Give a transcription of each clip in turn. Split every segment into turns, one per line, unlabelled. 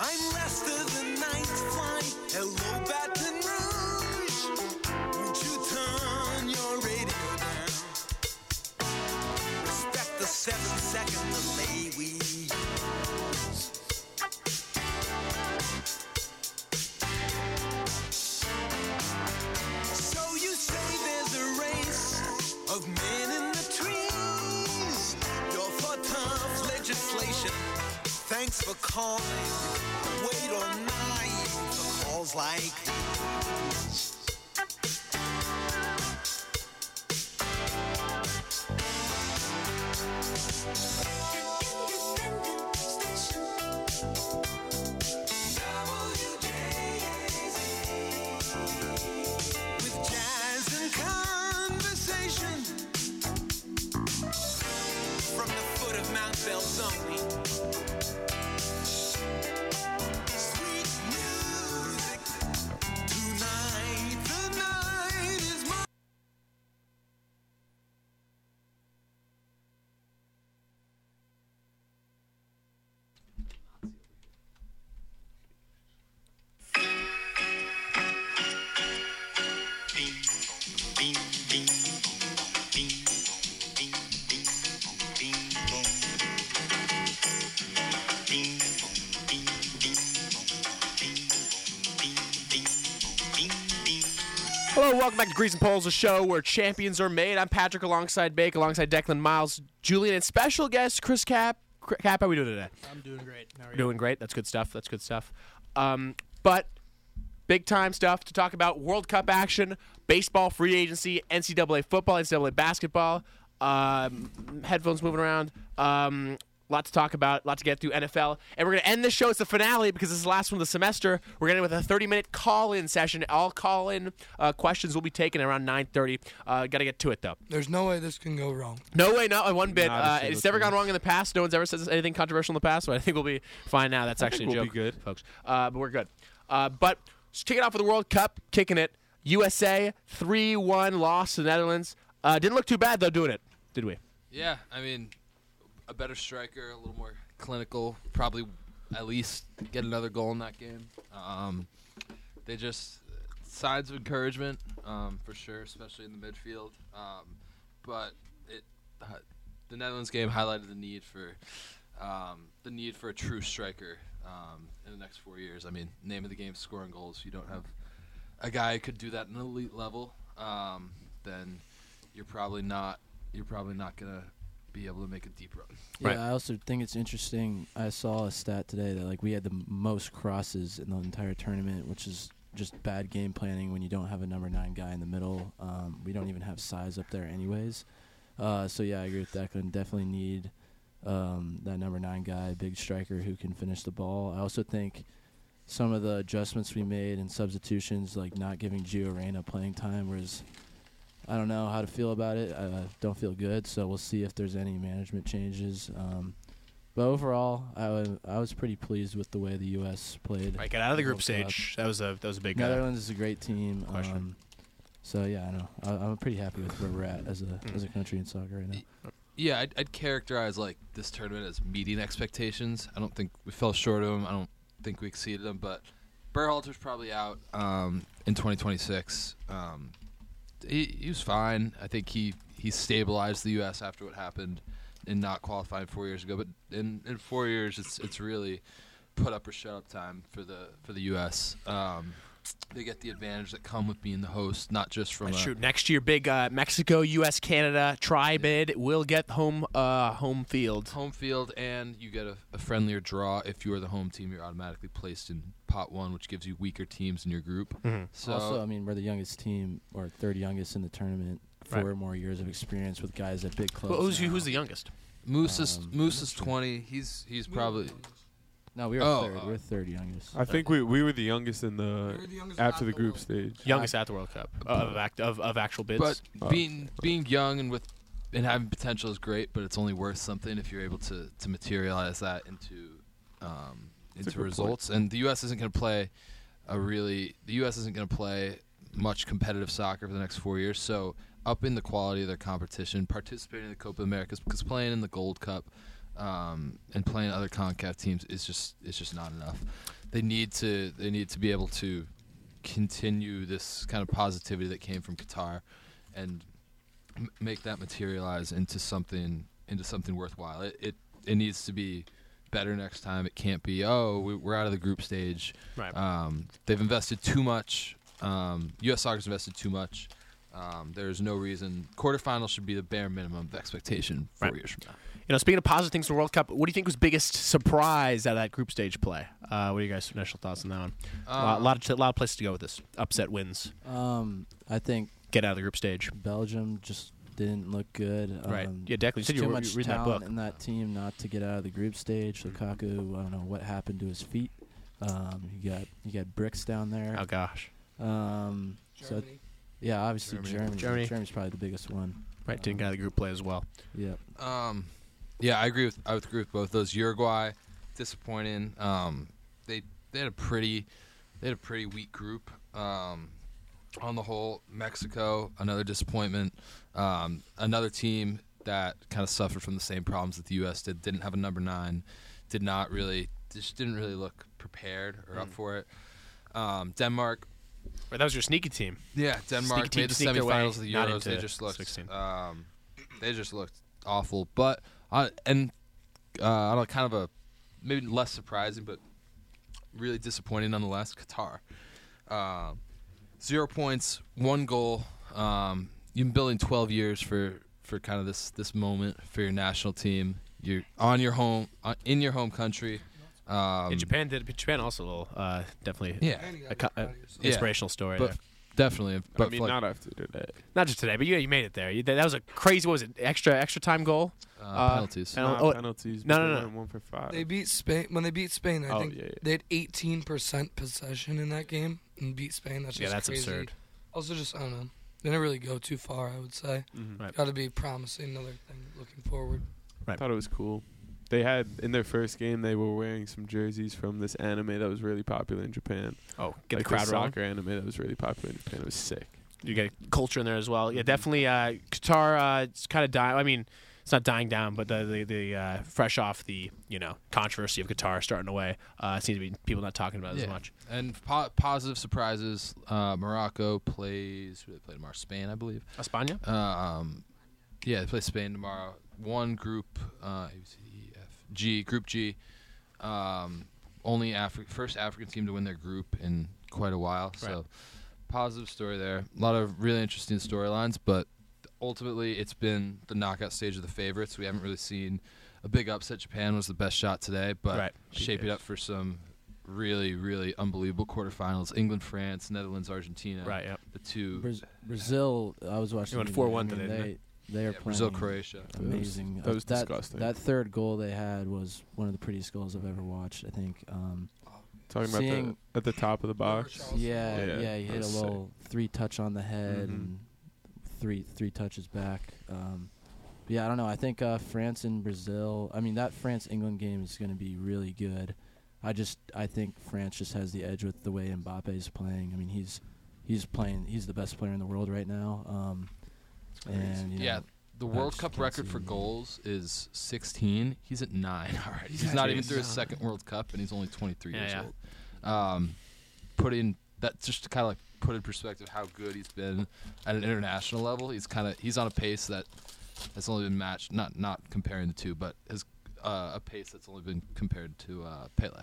I'm last of the night flight. Hello, Baton Rouge. Won't you turn your radio down? Respect the seven second delay we use. So you say there's a race of men in the trees. You're for tough legislation. Thanks for calling. Wait all night for calls like these. with jazz and conversation from the foot of Mount Belzoni. Sweet music tonight. The night is mine.
Hello, welcome back to Grease and Polls, a show where champions are made. I'm Patrick alongside Bake, alongside Declan Miles, Julian, and special guest Chris Cap. Cr- Cap, how we doing today?
I'm doing great. How are you?
Doing great. That's good stuff. That's good stuff. Um, but big time stuff to talk about: World Cup action, baseball free agency, NCAA football, NCAA basketball. Um, headphones moving around. Um, lot to talk about. Lot to get through. NFL, and we're gonna end this show. It's the finale because this is the last one of the semester. We're gonna end with a 30-minute call-in session. All call-in uh, questions will be taken around 9:30. Uh, gotta get to it though.
There's no way this can go wrong.
No way, not one bit.
Not a
Uh,
single
it's never gone
chance.
wrong in the past. No one's ever said anything controversial in the past, so I think we'll be fine now. That's actually
think
a
we'll
joke,
be good.
folks. Uh, but we're good. Uh, but just kick it off with the World Cup, kicking it. USA three one loss to the Netherlands. Uh, didn't look too bad though doing it, did we?
Yeah, I mean, a better striker, a little more clinical. Probably at least get another goal in that game. Um, they just signs of encouragement um, for sure, especially in the midfield. Um, but it uh, the Netherlands game highlighted the need for um, the need for a true striker um, in the next four years. I mean, name of the game, scoring goals. You don't have a guy who could do that at an elite level. Um, then you're probably not you're probably not gonna be able to make a deep run.
Right.
Yeah, I also think it's interesting. I saw a stat today that like we had the m- most crosses in the entire tournament, which is just bad game planning when you don't have a number nine guy in the middle. Um, we don't even have size up there, anyways. Uh, so yeah, I agree with Declan. Definitely need um, that number nine guy, big striker who can finish the ball. I also think some of the adjustments we made and substitutions, like not giving Gio Reyna playing time, was I don't know how to feel about it. I uh, don't feel good, so we'll see if there's any management changes. Um, but overall, I wa- I was pretty pleased with the way the U.S. played.
Right, got out of the group
World Cup.
stage. That was a that was a big. Uh,
Netherlands is a great team.
Question.
Um, so yeah, I know. I, I'm pretty happy with where we're at as a
Hmm.
as a country in soccer right now.
Yeah, I'd, I'd characterize like this tournament as meeting expectations. I don't think we fell short of them. I don't think we exceeded them. But Berhalter's probably out um, in 2026. Um, he, he was fine. I think he, he stabilized the U.S. after what happened in not qualifying four years ago. But in, in four years, it's it's really put up or shut up time for the for the U.S. Um, they get the advantage that come with being the host, not just from a,
Shoot, next year, big uh, Mexico, U.S., Canada tri bid. We'll get home uh, home field.
home field and you get a, a friendlier draw if you are the home team you're automatically placed in pot one which gives you weaker teams in your group
Mm-hmm.
so
also, I mean, we're the youngest team or third youngest in the tournament. Four more years of experience with guys at big clubs.
Well, who's
now.
who's the youngest?
moose is
um,
moose is 20 he's he's probably
No, we were
Oh,
third.
uh,
we're third youngest.
I think we we were the youngest in the,
We were the youngest
after
at
the
the
group
World
stage.
Youngest at the World Cup uh, of act, of, of actual bids.
but
Oh.
being being young and with and having potential is great but it's only worth something if you're able to to materialize that into um,
a
into
good
results and the us isn't going to play a really the us isn't going to play much competitive soccer for the next four years. So upping the quality of their competition, participating in the Copa Americas, because playing in the Gold Cup um, and playing other Concacaf teams is just is just not enough. They need to they need to be able to continue this kind of positivity that came from Qatar and m- make that materialize into something into something worthwhile. It it, it needs to be better next time. It can't be oh we, we're out of the group stage.
Right.
Um, they've invested too much. Um, U.S. Soccer's invested too much. Um, there's no reason. Quarterfinals should be the bare minimum of expectation four
Right.
years from now.
You know, speaking of positive things in the World Cup, what do you think was biggest surprise out of that group stage play? Uh, what are you guys' initial thoughts on that one? a lot,
Um,
lot of t- lot of places to go with this. Upset wins,
Um, I think
get out of the group stage.
Belgium just didn't look good. Um,
Right. Yeah, Declan, you said you
too
were- you
much
were reading that
talent
book. Mm-hmm.
in that team not to get out of the group stage. Lukaku, I don't know what happened to his feet. Um, you got you got bricks down there.
Oh gosh,
Um, so yeah, obviously
Germany.
Germany. Germany.
Germany.
Germany's probably the biggest one.
right? Didn't get out of the group play as well.
Yeah.
Um, yeah, I agree with I would agree with both those. Uruguay, disappointing. Um, they they had a pretty they had a pretty weak group. Um, on the whole, Mexico another disappointment. Um, another team that kind of suffered from the same problems that the U.S. did. Didn't have a number nine. Did not really just didn't really look prepared or up for it. Um, Denmark,
Right, that was your sneaky team.
yeah, Denmark
Sneaky team
made the
sneaked their way
semifinals of the
not
Euros.
into
They just looked,
16.
um, they just looked awful. But I and uh, I don't know, kind of a maybe less surprising, but really disappointing nonetheless. Qatar, um, zero points, one goal. Um, you've been building twelve years for for kind of this this moment for your national team. You're on your home on, in your home country. Um,
In Japan did Japan also a little, uh, definitely
yeah,
a, co- a
Yeah.
inspirational story.
but
there.
definitely. But
I mean,
for like,
not after today.
Not just today, but yeah, you made it there. You, that, that was a crazy. What was it? Extra extra time goal.
uh,
uh,
penalties.
penal-
Not
oh,
penalties.
no,
but
no,
they
no.
went One for five.
They beat Spain when they beat Spain. I
Oh,
think
yeah, yeah.
they had 18 percent possession in that game and beat Spain. That's just
yeah, that's
crazy.
absurd.
Also, just I don't know. They didn't really go too far. I would say.
Mhm.
Right.
Got to be promising. Another thing looking forward.
I thought it was cool. They had in their first game they were wearing some jerseys from this anime that was really popular in Japan.
Oh, get
like
the crowd
this
rolling.
soccer anime that was really popular in Japan. It was sick.
you get culture in there as well. Yeah, definitely. Uh, Qatar, uh, it's kind of dying. I mean, it's not dying down, but the the, the uh, fresh off the you know controversy of Qatar starting away, uh, it seems to be people not talking about it as
Yeah.
much.
And po- positive surprises. Uh, Morocco plays. Who do they play tomorrow? Spain, I believe.
Espana,
Um, yeah, they play Spain tomorrow. One group, uh, A, B, C, D, E, F, G, Group G. Um, only Afri- first African team to win their group in quite a while. So, positive story there. A lot of really interesting storylines, but ultimately it's been the knockout stage of the favorites. We haven't really seen a big upset. Japan was the best shot today, but
Right.
shape it up for some really, really unbelievable quarterfinals. England, France, Netherlands, Argentina.
right? Yeah,
The two.
Braz- Brazil. I was watching.
They went
the game.
4-1
I mean,
today, didn't
They they are
Yeah,
playing
Brazil, Croatia.
amazing.
That was
Uh, that,
disgusting.
That third goal they had was one of the prettiest goals I've ever watched. I think. Um,
Talking about the,
Seeing-
at the top of the box.
Yeah,
Yeah,
yeah, he
that
hit a
was sick.
little three touch on the head
Mhm.
and three three touches back. Um, but yeah, I don't know. I think uh, France and Brazil. I mean, that France England game is going to be really good. I just I think France just has the edge with the way Mbappe is playing. I mean, he's he's playing. He's the best player in the world right now. Um, and you
Yeah,
know,
the
I
World
just
Cup
can't
record
see
for
him.
goals is 16. He's at nine already. He's
Yeah,
not even
geez.
through his second World Cup, and he's only 23
Yeah,
years
yeah.
old. Um, put in that just to kind of like put in perspective how good he's been at an international level. He's kind of he's on a pace that has only been matched. Not not comparing the two, but has uh, a pace that's only been compared to uh, Pele.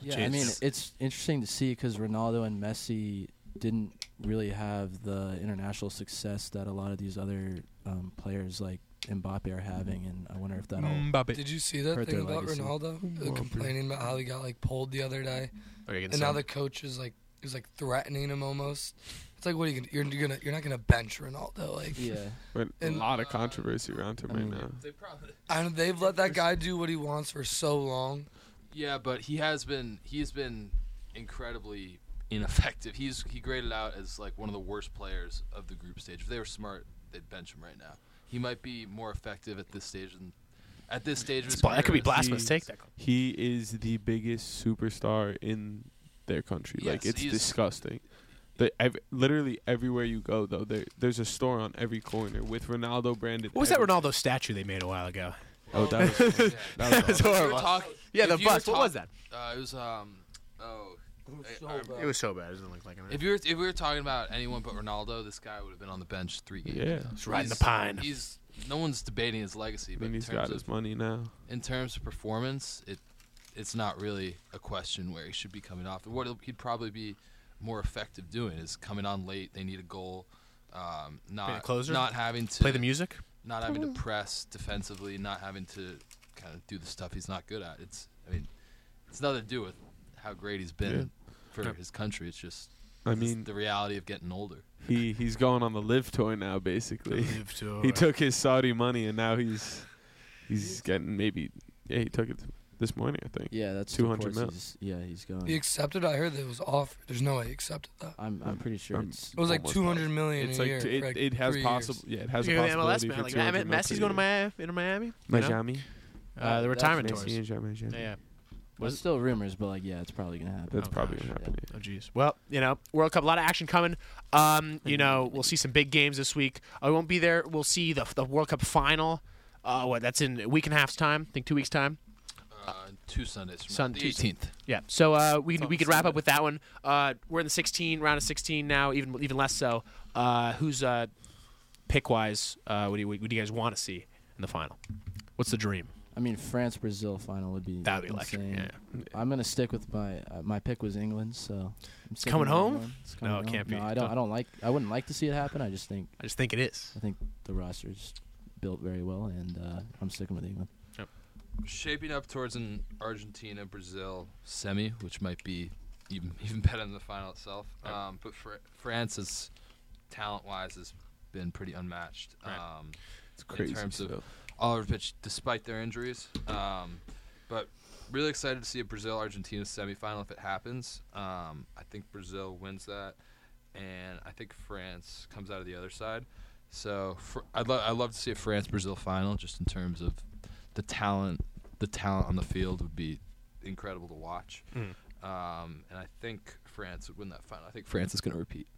Yeah, I mean, it's interesting to see because Ronaldo and Messi didn't really have the international success that a lot of these other um, players like Mbappe are having, and I wonder if
Mm,
that'll.
Did you see that
Hurt
thing
their
about
legacy.
Ronaldo uh, complaining about how he got like pulled the other day, and now the coach is like is like threatening him almost. It's like, what are you gonna? You're, you're gonna you're not gonna bench Ronaldo. Like,
Yeah,
But a
And-
lot of controversy around him
I
right
mean,
now.
They probably
I don't, they've let that guy do what he wants for so long.
Yeah, but he has been he's been incredibly ineffective. He's he graded out as like one of the worst players of the group stage. If they were smart, they'd bench him right now. He might be more effective at this stage than at this stage. Of his
that could be
career.
blasphemous.
Jeez.
Take that.
He is the biggest superstar in their country. like
Yes,
it's
he's-
disgusting. They ev- literally everywhere you go though, there there's a store on every corner with Ronaldo branded.
What was that
every-
Ronaldo statue they made a while ago?
Oh, that was
Yeah.
that was
That's horrible.
Talk-
yeah,
if
the
you were
bus. What was that?
talk- Uh, it was um. Oh. I- I-
It was so bad. It doesn't look like it.
If you were if we were talking about anyone but Ronaldo, this guy would have been on the bench three games.
Yeah.
ago.
He's
riding the
He's-
pine.
He's no one's debating his legacy,
I
but
mean,
in
he's got
terms,
his
of,
money now.
in terms of performance, it it's not really a question where he should be coming off. What he'd probably be more effective doing is coming on late. They need a goal. Um,
Being a
not
closer?
not having to
Play the music.
not having to press defensively, not having to kind of do the stuff he's not good at. It's I mean, it's nothing to do with how great he's been for his country. It's just
I
it's
mean,
the reality of getting older.
he he's going on the live tour now, basically.
Live tour.
he took his Saudi money and now he's he's getting maybe yeah he took it this morning I think.
Yeah, that's
200 mil.
He's, yeah, he's
He
Hmm.
going.
accepted. I heard that it was off. There's no way he accepted that.
I'm I'm pretty sure
Um,
it's
It was like
Almost
200 million
It's
a
like,
year.
t-
for,
it,
like,
it has
three
possible
years.
yeah it has
You're gonna be
possibility
MLS, man.
for
Like,
200
Miami-
mil per
Messi's going to
year.
Miami, into Miami. you know?
Miami.
Uh, the
That's
retirement
Messi
tours.
Messi and Jean Miami.
Yeah, yeah.
There's still rumors, but like yeah, it's probably gonna happen.
That's
Oh,
probably
gosh,
gonna happen.
Oh geez. Well, you know, World Cup, a lot of action coming. Um, you know, we'll see some big games this week. I won't be there. We'll see the the World Cup final. Uh, what? That's in a week and a half's time. I think two weeks time.
Uh, two Sundays from
Sun-
now, the
two Sun-
18th.
Yeah. So uh, we we could wrap
Sunday.
up with that one. Uh, we're in the 16 round of 16 now, even even less so. Uh, who's uh, pick wise? Uh, what do you what do you guys want to see in the final? What's the dream?
I mean, France Brazil final would be
That would be
insane.
electric. Yeah.
I'm gonna stick with my uh, my pick was England, so I'm sticking
coming
with
home?
England. It's
No, it can't be.
No, I don't.
Don't-
I don't like. I wouldn't like to see it happen. I just think
I just think it is.
I think the roster's built very well, and uh, I'm sticking with England.
Shaping up towards an Argentina Brazil semi, which might be even even better than the final itself.
Right.
Um, but Fr- France is talent wise has been pretty unmatched.
Right.
Um,
It's crazy.
in terms of
stuff.
all over the pitch despite their injuries. Um, but really excited to see a Brazil Argentina semifinal if it happens. Um, I think Brazil wins that, and I think France comes out of the other side. So fr- I'd lo- I'd love to see a France Brazil final just in terms of the talent. The talent on the field would be incredible to watch.
Mm.
Um, and I think France would win that final. I think France is going to repeat.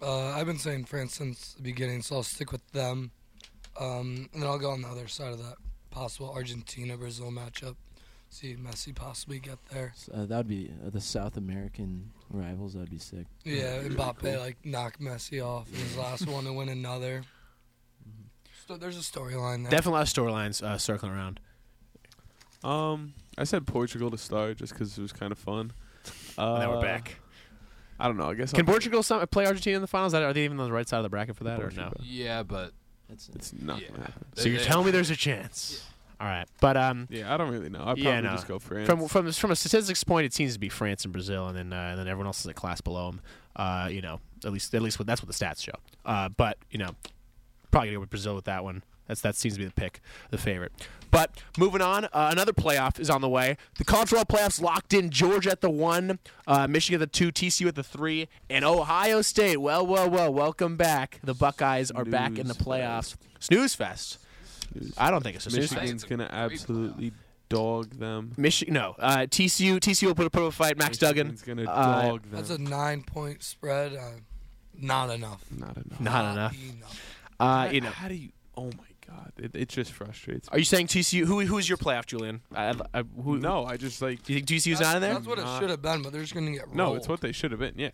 Uh, I've been saying France since the beginning, so I'll stick with them. Um, and then I'll go on the other side of that possible Argentina Brazil matchup. See Messi possibly get there.
So, uh, that would be uh, the South American rivals. That'd be sick.
Hmm.
Yeah, Mbappe like knock Messi off in his last one to win another.
Mm-hmm.
So there's a storyline there.
Definitely a lot of storylines uh, circling around.
Um, I said Portugal to start just because it was kind of fun. Uh,
And now we're back.
I don't know. I guess
Can
I'll-
Portugal some, play Argentina in the finals? Are they even on the right side of the bracket for that or no?
Portugal.
Yeah, but
That's
It's not
Yeah.
gonna happen.
So you're
they-
telling me there's a chance. All right, but um,
Yeah, I don't really know. I probably
Yeah, no.
just go France.
from from from a statistics point, it seems to be France and Brazil, and then uh, and then everyone else is a class below them. Uh, you know, at least at least what, that's what the stats show. Uh, but you know, probably gonna go with Brazil with that one. That's that seems to be the pick, the favorite. But moving on, uh, another playoff is on the way. The college football playoffs locked in. Georgia at the one, uh, Michigan at the two, TCU at the three, and Ohio State. Well, well, well. Welcome back. The Buckeyes are back in the
Snooze
playoffs. Snooze fest. I don't think it's a snooze fest.
Michigan's gonna absolutely dog them.
Michigan, no. Uh, TCU, TCU will put, put up a fight. Max Duggan,
Michigan's gonna
uh,
dog them.
That's a nine point spread. Uh, not enough.
not enough.
not enough. Uh,
How-
you know,
How do you? Oh my god! It, it just frustrates. me.
are you saying TCU? Who who's your playoff, Julian? I, I, who,
no, I just like.
do you think TCU's not in there?
That's what it
Not-
should have been, but they're just gonna get rolled.
No, it's what they should have been. Yeah,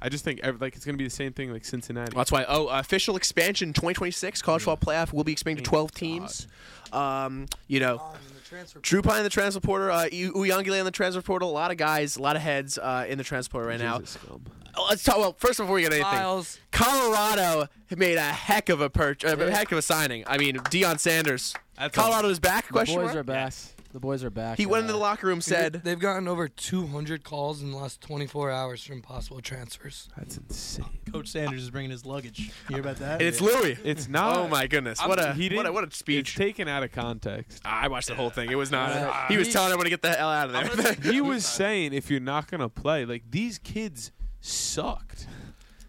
I just think ev- like it's gonna be the same thing like Cincinnati.
Well, that's why. Oh, official expansion 2026 college football playoff will be expanded to 12 teams. Um, you know,
Um, the transfer
Drew Pine in the transfer portal, uh, U- Uyangile in the transfer portal. A lot of guys, a lot of heads uh, in the transfer portal right now.
Jesus, scum.
Oh, Let's talk. Well, first before we get anything,
Miles.
Colorado made a heck of a perch, uh, a heck of a signing. I mean, Deion Sanders.
That's
Colorado is back.
the
Question
boys
mark?
are back. The boys are back.
He went into
uh,
the locker room, said,
They've gotten over 200 calls in the last 24 hours from possible transfers.
That's insane.
Coach Sanders is bringing his luggage. You hear about that?
and it's Louis.
It's not.
Oh my goodness! What a
He
what a
didn't-
what a
It's
speech! Ah,
taken out of context.
I watched the whole thing. It was not.
Uh,
he was
he-
telling everyone to get the hell out of there.
he was saying if you're not gonna play, like these kids sucked.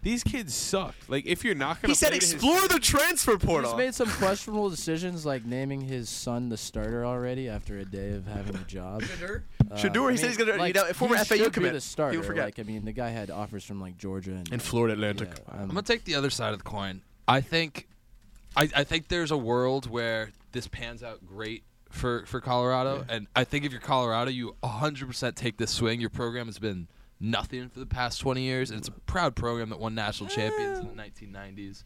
These kids suck. Like if you're not gonna,
He said
play to his-
explore the transfer
He's
portal.
made some questionable decisions, like naming his son the starter already after a day of having a job. Uh,
Shadur, he said he's gonna- you know, a former
he
FAU
should be
commit.
the starter.
He'll forget.
Like, I mean, the guy had offers from like Georgia and,
In Florida
yeah,
Atlantic.
um,
I'm gonna take the other side of the coin. I think, I, I think there's a world where this pans out great for for Colorado, and I think if you're Colorado, you 100% take this swing. Your program has been nothing for the past 20 years, and it's a proud program that won national champions in the 1990s.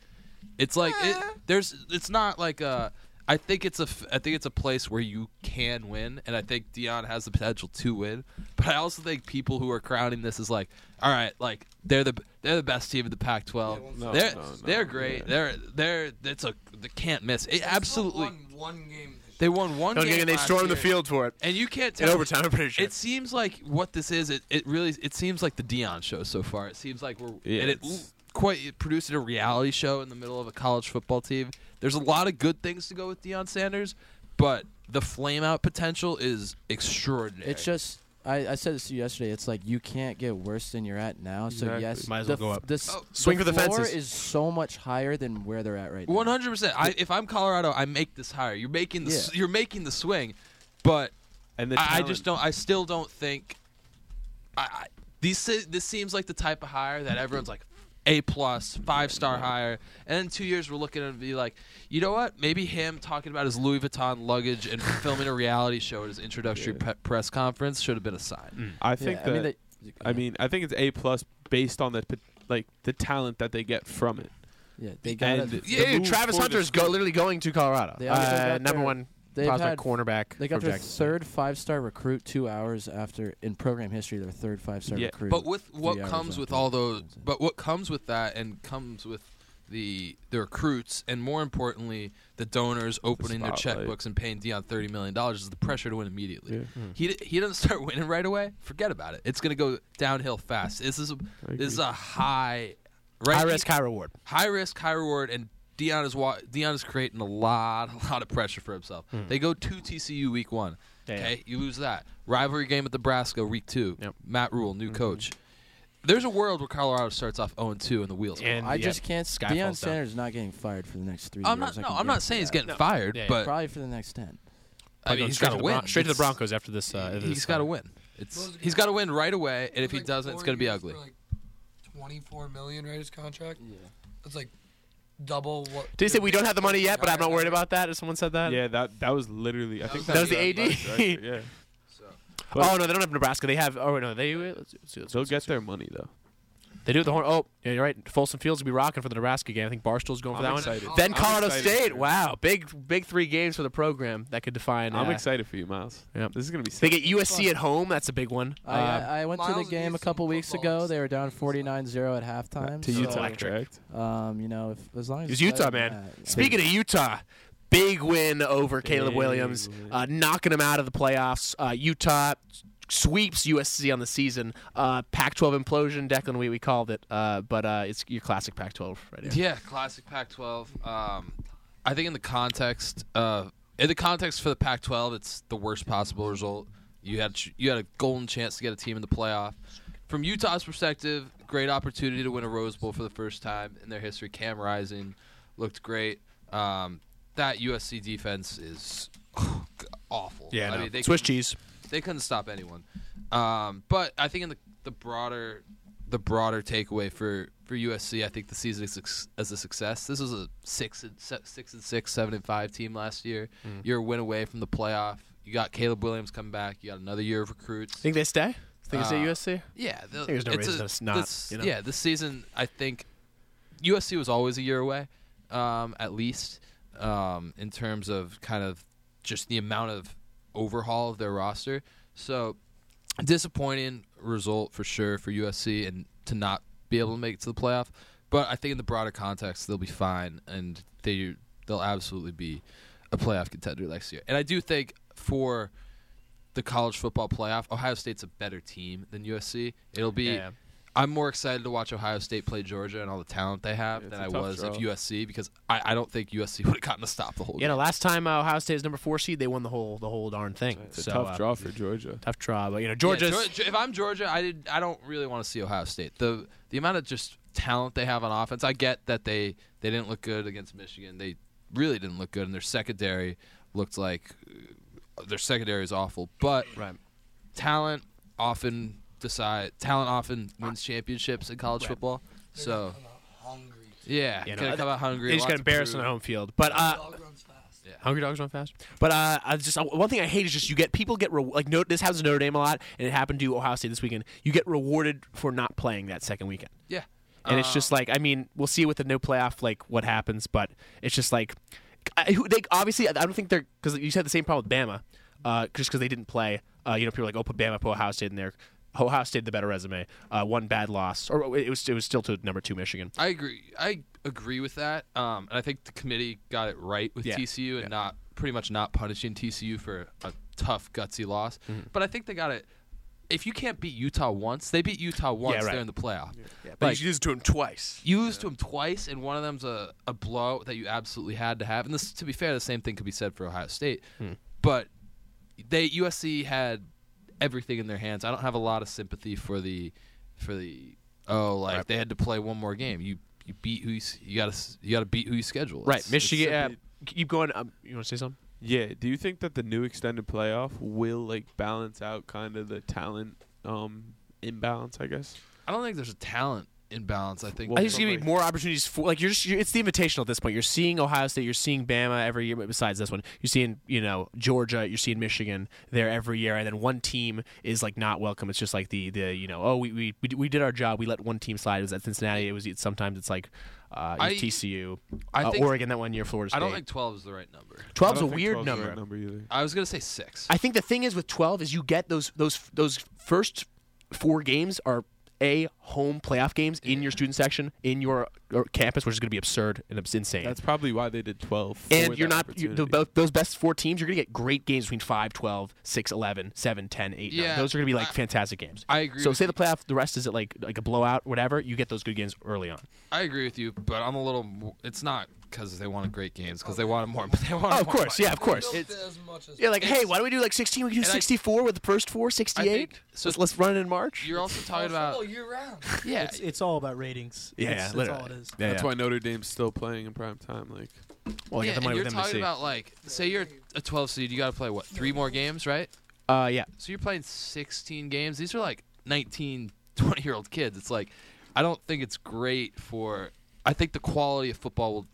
It's like it, there's. It's not like a. I think it's a. f- I think it's a place where you can win, and I think Dion has the potential to win. But I also think people who are crowning this is like, all right, like they're the they're the best team of the Pac-12.
No,
they're
no, no,
they're great.
yeah.
They're they're it's a they can't miss. It, absolutely,
Won one game. this
they won one game.
Okay, and they
last
stormed the
year,
field for it.
and you can't
In
tell
overtime, I'm pretty sure.
it seems like what this is. It, it really it seems like the Dion show so far. It seems like we're
Yeah,
and it
it's-
quite it produced a reality show in the middle of a college football team. There's a lot of good things to go with Deion Sanders, but the flame out potential is extraordinary.
It's just I, I said this to you yesterday. It's like you can't get worse than you're at now. So
Exactly.
yes,
Might as
the,
well go
f-
up.
This
Oh.
Swing for the
floor
fences.
is so much higher than where they're at right now.
One hundred percent. I If I'm Colorado, I make this higher. You're making the s
Yeah.
you're making the swing, but
and the
I, I
talent-
just don't. I still don't think. I, I these se- this seems like the type of hire that everyone's like, a plus five star hire, and in two years we're looking at it and be like, you know what? Maybe him talking about his Louis Vuitton luggage and filming a reality show at his introductory pe- press conference should have been a sign.
I
Yeah,
think
I mean,
that.
they-
I mean, I think it's a plus based on the pot- like the talent that they get from it.
yeah, they got
and-
it.
Yeah,
Yeah,
move
Travis
for the
Hunter's go, literally going to Colorado.
They also got
Uh, number
their-
one
they've
prospect
had-
cornerback.
They got
from
their
Jackson State.
third five-star recruit two hours after in program history. Their third five-star
Yeah.
recruit.
But with
three
what
hours
comes with
after
all
that.
those, but what comes with that, and comes with the the recruits, and more importantly, the donors opening their
spotlight.
checkbooks and paying Dion thirty million dollars is the pressure to win immediately.
Yeah.
Hmm.
He d- he doesn't start winning right away. Forget about it. It's going to go downhill fast. This is a, this is a high right
High risk, high reward.
high risk, high reward, and Dion is wa- Dion is creating a lot, a lot of pressure for himself.
Hmm.
They go to TCU week one. Okay, you lose that rivalry game at Nebraska week two.
Yep. Mm-hmm.
Matt Rule, new coach. There's a world where Colorado starts off 0 2 and the wheels. come
And
off.
I
yeah,
just can't.
sky
Deion
falls down.
Sanders is not getting fired for the next three.
I'm
years.
not.
I
No,
can
I'm
guarantee
not saying he's
that.
getting
No.
fired,
Yeah, yeah.
but
probably for the next
Probably
I
ten.
mean,
going
he's
straight
got
to
to
the
win.
Bron- straight to the
It's-
Broncos after this. Uh, after
He's
this
got to
time.
win. It's
Those guys-
he's got to win right away, and
year.
if he
Like
doesn't, it's
four
going to be
years
ugly.
for, like, Twenty-four million, right? His contract.
Yeah.
That's like double what.
Did he say we don't have the money yet, but I'm not worried about that? If someone said that,
Yeah, that that was literally. I
That
think
was the
that was
AD?
director, Yeah,
Oh no, they don't have Nebraska. They have. Oh no, they. wait, Let's, let's, let's,
they'll get their money though.
They do it the horn. Oh, yeah, you're right. Folsom Fields will be rocking for the Nebraska game. I think Barstool's going for
I'm
that
excited.
one. Then
I'm
Colorado
excited.
State. Wow, big big three games for the program that could define.
I'm
uh,
excited for you, Miles.
Yep.
This is gonna be.
They
Sick.
get USC at home. That's a big one.
I,
Uh,
I I went to
Miles
the game a
needs
couple
some
weeks
football
ago. They were down
experience.
49-0 at halftime.
to
so,
Utah,
electric.
correct?
Um, you know, if as long as
it's
it's
Utah,
better than
man.
that,
Speaking of Utah, big win over Caleb
Big
Williams,
win.
uh, knocking him out of the playoffs. Uh, Utah sweeps USC on the season. Uh, Pac-12 implosion. Declan, we we called it, uh, but uh, it's your classic Pac-12 right here.
Yeah, classic Pac-12. Um, I think in the context, uh, in the context for the Pac-12, it's the worst possible result. You had you had a golden chance to get a team in the playoff. From Utah's perspective, great opportunity to win a Rose Bowl for the first time in their history. Cam Rising looked great. Um, that USC defense is awful.
Yeah,
I
no.
mean, they
Swiss
couldn't-
cheese.
they couldn't stop anyone. Um, but I think in the the broader the broader takeaway for, for USC, I think the season is suc- as a success. This was a six and se- six and six, seven and five team last year.
Mm.
You're a win away from the playoff. You got Caleb Williams coming back. You got another year of recruits.
Think they stay? Think
Uh,
they stay USC?
Yeah, the,
there's no
it's
reason
a-
it's not,
this-
you know?
Yeah, this season I think USC was always a year away, um, at least um, in terms of kind of just the amount of overhaul of their roster. So disappointing result for sure for USC and to not be able to make it to the playoff. But I think in the broader context they'll be fine and they they'll absolutely be a playoff contender next year. And I do think for the college football playoff, Ohio State's a better team than USC. It'll be.
Yeah.
I'm more excited to watch Ohio State play Georgia and all the talent they have
Yeah, it's
than
a
I
tough
was of
draw.
USC because I, I don't think USC would have gotten a stop the whole
You know,
game.
last time uh, Ohio State was number four seed, they won the whole the whole darn thing.
It's a
so,
tough
uh,
draw for Georgia.
Tough draw, but you know
Yeah,
Georgia's
Geor- if I'm Georgia, I did. I don't really want to see Ohio State. the The amount of just talent they have on offense. I get that they they didn't look good against Michigan. They really didn't look good, and their secondary looked like uh, their secondary is awful. But
Right.
talent often decide talent often wins championships in college football.
They're
So
gonna come out hungry.
yeah,
You know,
gotta come out hungry.
They just
lots
got
of
embarrassed on
prove.
their home field. But uh,
Dog runs fast.
Hungry dogs run fast. But uh, I just uh, one thing I hate is just you get people get re- like no, this happens to Notre Dame a lot, and it happened to Ohio State this weekend. You get rewarded for not playing that second weekend,
Yeah,
and it's just like I mean we'll see with the no playoff like what happens, but it's just like I, who- they obviously I don't think they're because you said the same problem with Bama, uh, just because they didn't play. Uh, you know people are like oh put Bama put Ohio State in there. Ohio State had the better resume. Uh, one bad loss, or it was it was still to number two Michigan.
I agree. I agree with that. Um, and I think the committee got it right with
Yeah.
TCU and not pretty much not punishing TCU for a tough gutsy loss.
Mm-hmm.
But I think they got it. If you can't beat Utah once, they beat Utah once.
right.
They're in the playoff.
But
Like-
you lose to him twice.
You lose to them twice, and one of them's a, a blowout that you absolutely had to have. And this, to be fair, the same thing could be said for Ohio State.
Hmm.
But they USC had everything in their hands. I don't have a lot of sympathy for the for the oh like they had to play one more game. You you beat who you, s- you gotta s- you gotta beat who you schedule.
Right,
It's-
Michigan. Uh,
simply-
keep going. Um, you want to say something?
Yeah. Do you think that the new extended playoff will like balance out kind of the talent um imbalance? I guess.
I don't think there's a talent imbalance. I think
Well,
I think it's
but,
gonna be
like-
more opportunities for like you're just you're, it's the invitational at this point. You're seeing Ohio State, you're seeing Bama every year. but Besides this one, you're seeing you know Georgia, you're seeing Michigan there every year, and then one team is like not welcome. It's just like the the you know oh we we we, d- we did our job. We let one team slide. It was at Cincinnati. It was it's sometimes it's like uh, it was
I-
TCU,
I
uh,
think-
Oregon that one year, Florida State.
I don't think twelve is the right number.
I
12's a
don't think
weird
12's the
number.
right number either.
I was gonna say six.
I think the thing is with 12 is you get those those those first four games are a home playoff games in your student section in your, your campus, which is going to be absurd and abs- insane.
That's probably why they did 12. for
and you're
that
not you, the,
opportunity.
both those best four teams. You're going to get great games between 5, 12, 6, 11, 7, 10, 8. 9.
Yeah,
Those are going to be like
I-
fantastic games.
I agree
So
with
say
you.
the playoff, the rest is it like like a blowout, whatever. You get those good games early on.
I agree with you, but I'm a little. mo- It's not because they wanted great games, because they wanted more. But they wanted
Oh, of
more
course,
money.
yeah, of course.
Built it as much as
yeah, like hey,
it's-
why don't we do like 16? We can do
and I-
64 with the first four, 68.
so-
So let's, let's run it in March.
You're also talking
football
about
year round.
yeah.
It's, it's all about ratings.
yeah,
It's- that's all
literally.
it is.
Yeah,
That's
yeah.
why Notre Dame's still playing in prime time. Like,
Well,
yeah,
I got the
and
money
you're
with
talking
MSC.
about like say you're a 12 seed, you got to play what three more games, right?
uh, yeah.
So you're playing 16 games. These are like 19, 20 year old kids. It's like I don't think it's great for. I think the quality of football will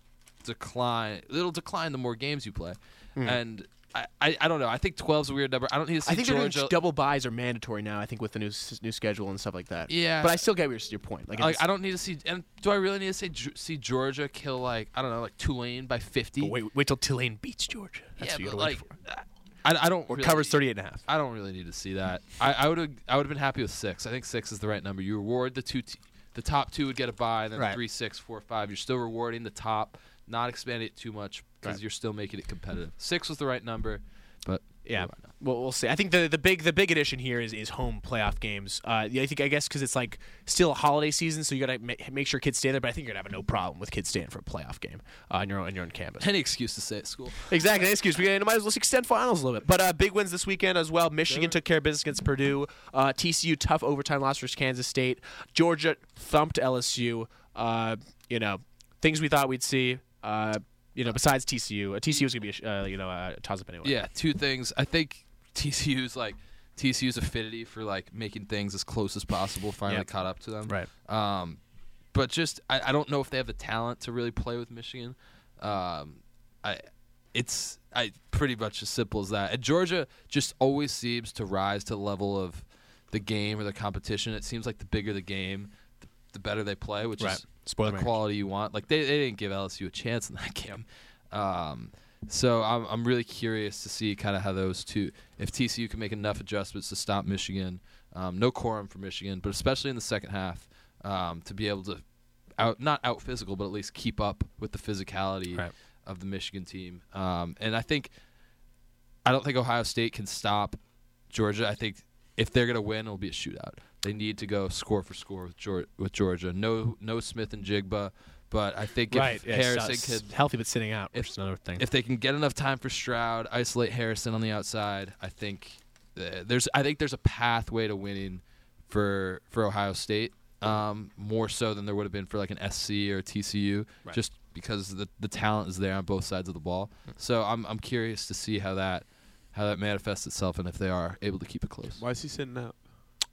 decline. It'll decline the more games you play, and I, I I don't know. I think 12 is a weird number. I don't need to see
Hmm. I think they're
Georgia.
doing double buys are mandatory now. I think with the new s- new schedule and stuff like that.
Yeah.
but I still get your, your point. Like,
like I don't need to see. And do I really need to see Ge- see Georgia kill like I don't know like Tulane by 50?
wait, wait till Tulane beats Georgia. That's
yeah,
what you
but
gotta wait
like
for.
I, I don't.
Or
really-
covers 38 and a half.
I don't really need to see that. I, I would I would have been happy with six. I think six is the right number. You reward the two, t- the top two would get a buy, then
Right.
three, six, four, five. You're still rewarding the top, not expanding it too much because
Right.
you're still making it competitive. Six was the right number, but
Yeah.
why not?
Well, we'll see. I think the the big the big addition here is is home playoff games. Uh, yeah, I think I guess because it's like still a holiday season, so you gotta ma- make sure kids stay there. But I think you're gonna have no problem with kids staying for a playoff game uh, on your own on your own campus.
any excuse to stay at school.
Exactly. Excuse me. And might as well extend finals a little bit. But uh, big wins this weekend as well. Michigan took care of business against Purdue. Uh, TCU tough overtime loss versus Kansas State. Georgia thumped LSU. Uh, you know things we thought we'd see. Uh, you know besides TCU, uh, TCU was gonna be a sh- uh, you know a toss up anyway.
Yeah, two things. I think TCU's like TCU's affinity for like making things as close as possible finally
Yep.
caught up to them.
Right.
Um, but just I, I don't know if they have the talent to really play with Michigan. Um, I it's I pretty much as simple as that. And Georgia just always seems to rise to the level of the game or the competition. It seems like the bigger the game, the, the better they play, which
Right.
is
Spoiler
the
marriage.
quality you want. Like they, they didn't give LSU a chance in that game. Um, so I'm I'm really curious to see kind of how those two, if TCU can make enough adjustments to stop Michigan. Um, no quorum for Michigan, but especially in the second half, um, to be able to out not out physical, but at least keep up with the physicality
Right.
of the Michigan team. Um, and I think I don't think Ohio State can stop Georgia. I think if they're going to win, it'll be a shootout. They need to go score for score with Georgia. With Georgia. No, no Smith and Jigba, but I think if
Right. Yeah,
Harrison
it's, uh,
could,
healthy but sitting out,
if-
which is another thing.
if they can get enough time for Stroud, isolate Harrison on the outside. I eh, think uh, there's, I think there's a pathway to winning for for Ohio State. um, more so than there would have been for like an SC or a TCU,
Right.
just because the the talent is there on both sides of the ball.
Hmm.
So I'm I'm curious to see how that how that manifests itself and if they are able to keep it close.
Why is he sitting out?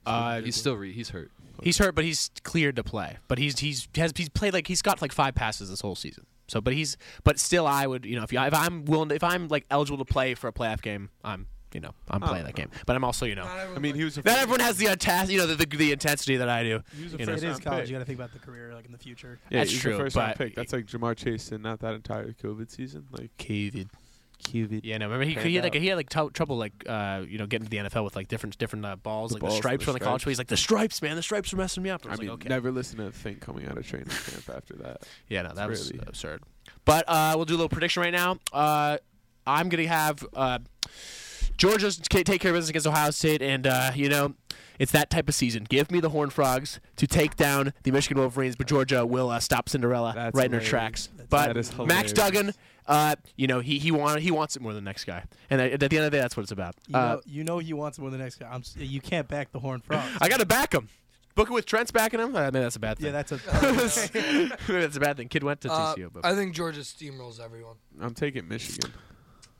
Uh,
he's still re- he's hurt.
He's hurt, but he's cleared to play. But he's he's has he's played like he's got like five passes this whole season. So, but he's but still, I would you know if you, if I'm willing to, if I'm like eligible to play for a playoff game, I'm you know I'm playing that game. But I'm also you know
I mean, he was. A
not everyone has the atas- you know the, the, the intensity that I do.
He was a
you know.
first
It is
round
college.
pick.
You got to think about the career, like in the future.
Yeah,
That's
he's a
true,
first round
but-
pick. That's like Jamar Chase and not that entire COVID season. Like
COVID.
COVID.
Yeah, no. Remember he, he
Panned
had like
out.
he had like tou- trouble like uh, you know getting to the NFL with like different different uh, balls like
balls
the
and
stripes
the
from the college.
stripes.
He's like the stripes, man. The stripes are messing me up. I
I
was
mean,
like, okay.
never listen to a thing coming out of training camp after that.
Yeah, no, that was
really-
absurd. But uh, we'll do a little prediction right now. Uh, I'm gonna have uh, Georgia's ca- take care of business against Ohio State, and uh, you know, it's that type of season. Give me the Horned Frogs to take down the Michigan Wolverines, but Georgia will uh, stop Cinderella
That's
right in her
hilarious.
tracks.
That's-
but
that is
Max
hilarious.
Duggan, uh, you know, he he wanted he wants it more than the next guy, and at at the end of the day, that's what it's about.
You,
Uh,
know, you know he wants more than the next guy. I'm, s- you can't back the Horn Frogs.
I gotta back him. Book it with Trent's backing him. Uh, maybe that's a bad thing.
yeah, that's a.
Maybe that's a bad thing. Kid went to
Uh,
TCU, but
I think Georgia steamrolls everyone.
I'm taking Michigan.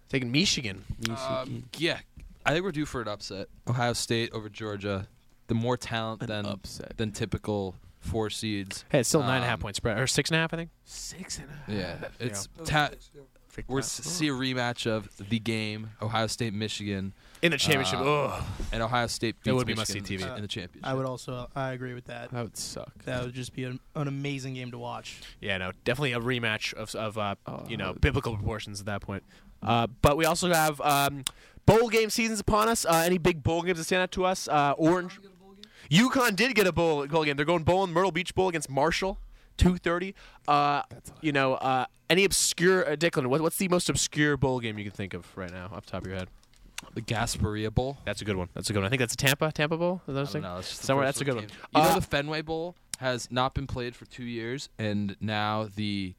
taking Michigan.
Um, yeah, I think we're due for an upset. Ohio State over Georgia. The more talent than
upset.
than typical four seeds.
Hey, it's still nine and a half
Um,
point spread or six and a half, I think.
Six and a half.
Yeah, it's ta- we're s- see a rematch of the game Ohio State Michigan
in the championship.
Uh,
ugh.
and Ohio State beats
That would be
Michigan
must-see TV.
in the championship.
I would also. I agree with that.
That would suck.
That would just be an, an amazing game to watch.
Yeah, no, definitely a rematch of of uh, you know
Uh,
biblical proportions at that point. Uh, but we also have um, bowl game seasons upon us. Uh, any big bowl games that stand out to us? Uh, Orange. UConn did get a bowl bowl game. They're going bowl in Myrtle Beach Bowl against Marshall. Two thirty. Uh, you know, uh, any obscure uh, Declan? What, what's the most obscure bowl game you can think of right now, off the top of your head?
the Gasparilla Bowl.
That's a good one. That's a good one. I think that's a Tampa Tampa Bowl. Is that what I'm
I
saying?
don't know, that's just the
Somewhere.
first
That's a good one.
that came- You
Uh,
know, the Fenway Bowl has not been played for two years, and now the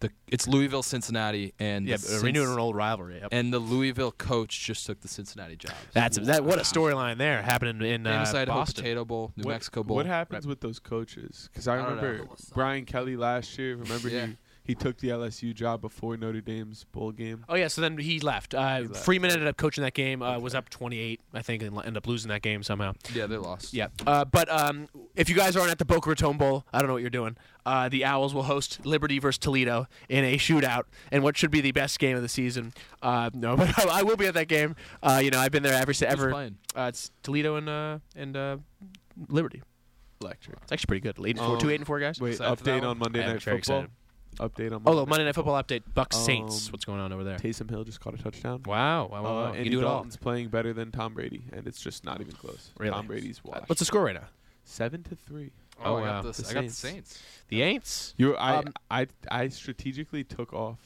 the it's Louisville Cincinnati and
yeah,
the
but
Cinc-
renewing an old rivalry. Yep.
and the Louisville coach just took the Cincinnati job.
That's that. What a storyline there happening in uh,
Famous Idaho
Boston.
Potato Bowl, New
what,
Mexico Bowl.
What happens with those coaches? Because I
I don't know.
remember Brian Kelly last year. Remember
Yeah.
he he took the LSU job before Notre Dame's bowl game.
Oh yeah, so then he left. Uh,
left.
Freeman ended up coaching that game. Uh, Was up 28, I think, and ended up losing that game somehow.
Yeah, they lost.
Yeah. Uh, but um, if you guys aren't at the Boca Raton Bowl, I don't know what you're doing. Uh, the Owls will host Liberty versus Toledo in a shootout, and what should be the best game of the season. Uh, no, but I will be at that game. Uh, you know, I've been there every se-
Who's
ever.
playing?
Uh, it's Toledo and uh, and uh, Liberty.
Electric.
It's actually pretty good. Eight and four,
Um,
two eight and four guys.
Wait,
Excited for that
update
one?
on Monday
I am
Night
very
Football.
excited.
Update on.
Oh, no, Monday Night Football update. Bucks Saints.
Um,
What's going on over there?
Taysom Hill just caught a touchdown.
Wow, wow, wow,
Uh,
wow.
Andy
you do it all.
Dalton's playing better than Tom Brady, and it's just not even close.
Really?
Tom Brady's washed.
What's the score right now?
Seven to three.
Oh,
Oh, I,
wow.
got the,
The
I got the
Saints.
Saints.
The Aints.
You, I,
Um,
I, I strategically took off.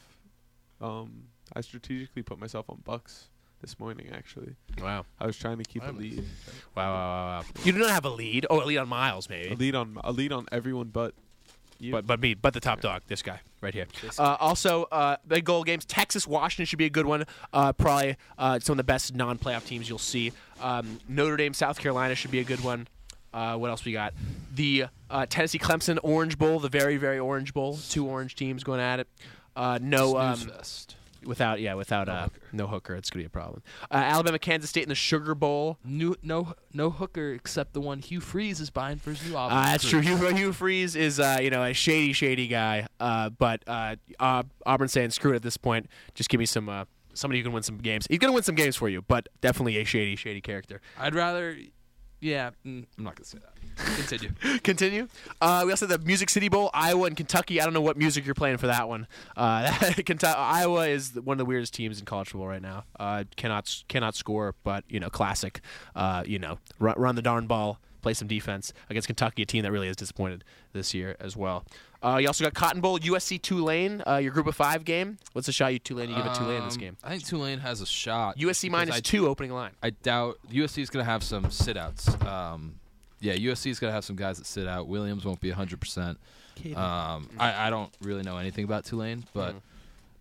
Um, I strategically put myself on Bucks this morning. Actually,
Wow.
I was trying to keep a lead,
Wow, wow, wow, wow. You do not have a lead. Oh, a lead on Miles, maybe.
a lead on, a lead on everyone but you.
But but me, but the top dog, this guy right here. Uh, also, uh, big goal games. Texas Washington should be a good one. Uh, probably uh, some of the best non-playoff teams you'll see. Um, Notre Dame South Carolina should be a good one. Uh, what else we got? The uh, Tennessee Clemson Orange Bowl, the very very Orange Bowl. Two orange teams going at it. Uh, no,
Snooze
um,
fest.
without yeah, without uh, no hooker, it's gonna be a problem. Uh, Alabama Kansas State in the Sugar Bowl.
New, no, no hooker except the one Hugh Freeze is buying for his new album.
Uh, that's true. Hugh, Hugh Freeze is, uh, you know, a shady, shady guy. Uh, but uh, uh, Auburn's saying, screw it at this point. Just give me some uh, somebody who can win some games. He's gonna win some games for you, but definitely a shady, shady character.
I'd rather. Yeah, mm, I'm not gonna say that. Continue.
Continue. Uh, we also have the Music City Bowl, Iowa and Kentucky. I don't know what music you're playing for that one. Uh, Kentucky, Iowa is one of the weirdest teams in college football right now. Uh, cannot cannot score, but you know, classic. Uh, you know, run, run the darn ball, play some defense against Kentucky, a team that really is disappointed this year as well. Uh, you also got Cotton Bowl, USC Tulane, uh, your Group of Five game. What's the shot you Tulane? You give a Tulane this
Um,
game.
I think Tulane has a shot.
USC
because
minus
I,
two opening line.
I doubt USC is gonna have some sit outs. Um, yeah, USC is gonna have some guys that sit out. Williams won't be 100. percent
Uh,
um, I, I don't really know anything about Tulane, but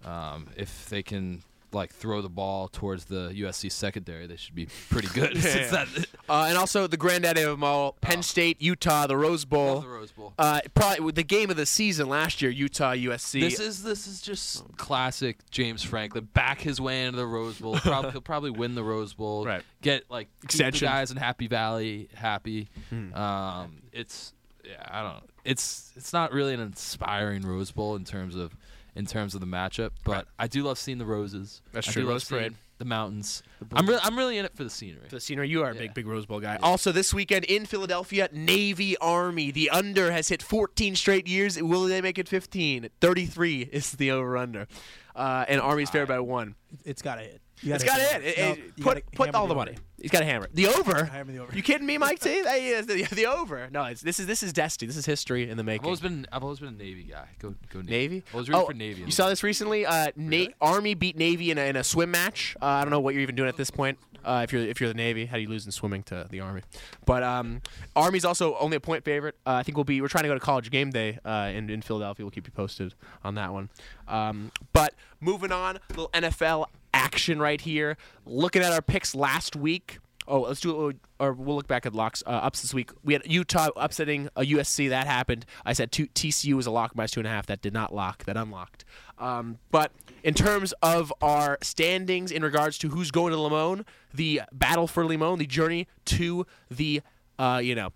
um, if they can like throw the ball towards the USC secondary, they should be pretty good. since that,
Uh, and also the granddaddy of them all, Penn State, Utah, Ah. the Rose
Love
Bowl.
the Rose Bowl.
Uh, probably the game of the season last year, Utah USC.
This is this is
Oh.
just classic James Franklin. Back his way into the Rose Bowl. Prob- he'll probably win the Rose Bowl.
Right.
Get like keep
Extension. Hmm.
the guys in Happy Valley happy. Um, it's yeah, I don't. It's it's not really an inspiring Rose Bowl in terms of in terms of the matchup, but I do love seeing the roses.
That's
I
true.
do love
Rose Parade.
seeing The mountains. I'm really I'm really in it for the scenery.
the scenery. You are a
Yeah.
big, big Rose Bowl guy. Also, this weekend in Philadelphia, Navy Army. The under has hit 14 straight years. Will they make it 15? 33 is the over under. Uh, and Army's favored by one.
It's got to hit.
It's got it. it, it put put all the money. He's got to hammer it. The over.
Hammer the over.
You kidding me, Mike? T? Hey, it's the, the over. No, it's, this is this is destiny. This is history in the
I've
making.
always been I've always been a Navy guy. Go go Navy.
Navy.
I was rooting
oh,
for Navy.
You saw this recently. Uh, Na- Army beat Navy in a, in a swim match. Uh, I don't know what you're even doing at this point. Uh, if you're if you're the Navy, how do you lose in swimming to the Army? But um, Army's also only a point favorite. Uh, I think we'll be we're trying to go to College Game Day uh, in in Philadelphia. We'll keep you posted on that one. Um, but moving on, little NFL action right here. Looking at our picks last week. Oh, let's do it. Or we'll look back at locks uh, ups this week. We had Utah upsetting uh, USC. That happened. I said two, TCU was a lock minus two and a half. That did not lock. That unlocked. Um, but in terms of our standings in regards to who's going to Limon, the battle for Limon, the journey to the, uh, you know,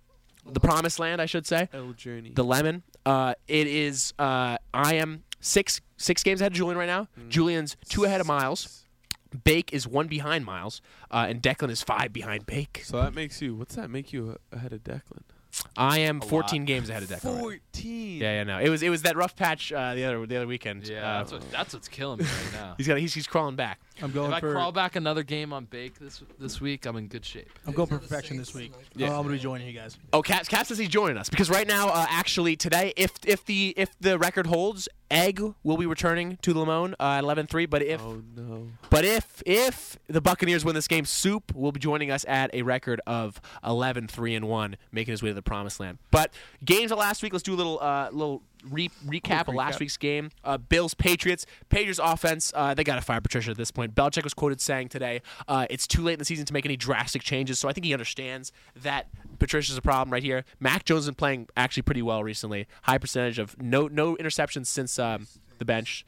the promised land, I should say
L journey.
the lemon. Uh, it is. Uh, I am six six games ahead of Julian right now. Julian's two ahead of Miles. Bake is one behind Miles, uh, and Declan is five behind Bake.
so that makes you. What's that make you a- ahead of Declan?
I am
lot.
fourteen games ahead of Declan. already.
Fourteen.
Yeah, yeah, no. It was it was that rough patch uh, the other the other weekend.
Yeah,
Uh,
that's, what, that's what's killing me right now.
he's got he's, he's crawling back.
I'm going
If I
for.
crawl back another game on Bake this this week, I'm in good shape.
I'm going for perfection this week.
Yeah.
Oh, I'm gonna be joining you guys.
Oh, Cap, Cap says he's joining us because right now, uh, actually, today, if if the if the record holds, Egg will be returning to Limon uh, at eleven three. But if
Oh no.
But if if the Buccaneers win this game, Soup will be joining us at a record of 11 3 and 1, making his way to the promised land. But games of last week, let's do a little uh, little re- recap of last week's game. Uh, Bills Patriots. Patriots offense, uh, they got to fire Patricia at this point. Belichick was quoted saying today, uh, it's too late in the season to make any drastic changes. So I think he understands that Patricia's a problem right here. Mac Jones has been playing actually pretty well recently. High percentage of no no interceptions since um, the bench.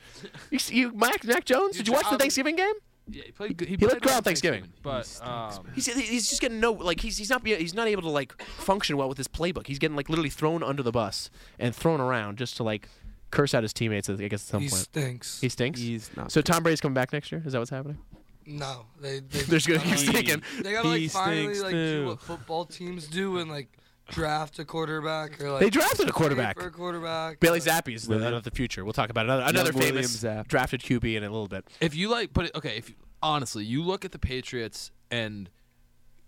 You, you Mac Mac Jones? Did you watch the
Um,
Thanksgiving game?
Yeah, he played good. He,
looked
played
good
well
on Thanksgiving.
but um,
He's, he's just getting no like he's he's not be- he's not able to like function well with his playbook. He's getting like literally thrown under the bus and thrown around just to like curse out his teammates. I guess at some
He
point
stinks.
he stinks.
He's not.
so Tom Brady's coming back next year. Is that what's happening?
no, they they
There's gonna
gotta,
keep
He-
stinking.
They gotta like
He
finally
stinks
like do
too.
what football teams do and like draft a quarterback or like
They drafted a
trade
quarterback.
For a quarterback.
Bailey Zappi is the,
Really?
another future. We'll talk about another another
William
famous
Zapp.
drafted QB in a little bit.
if you like, but okay, if you, honestly, you look at the Patriots, and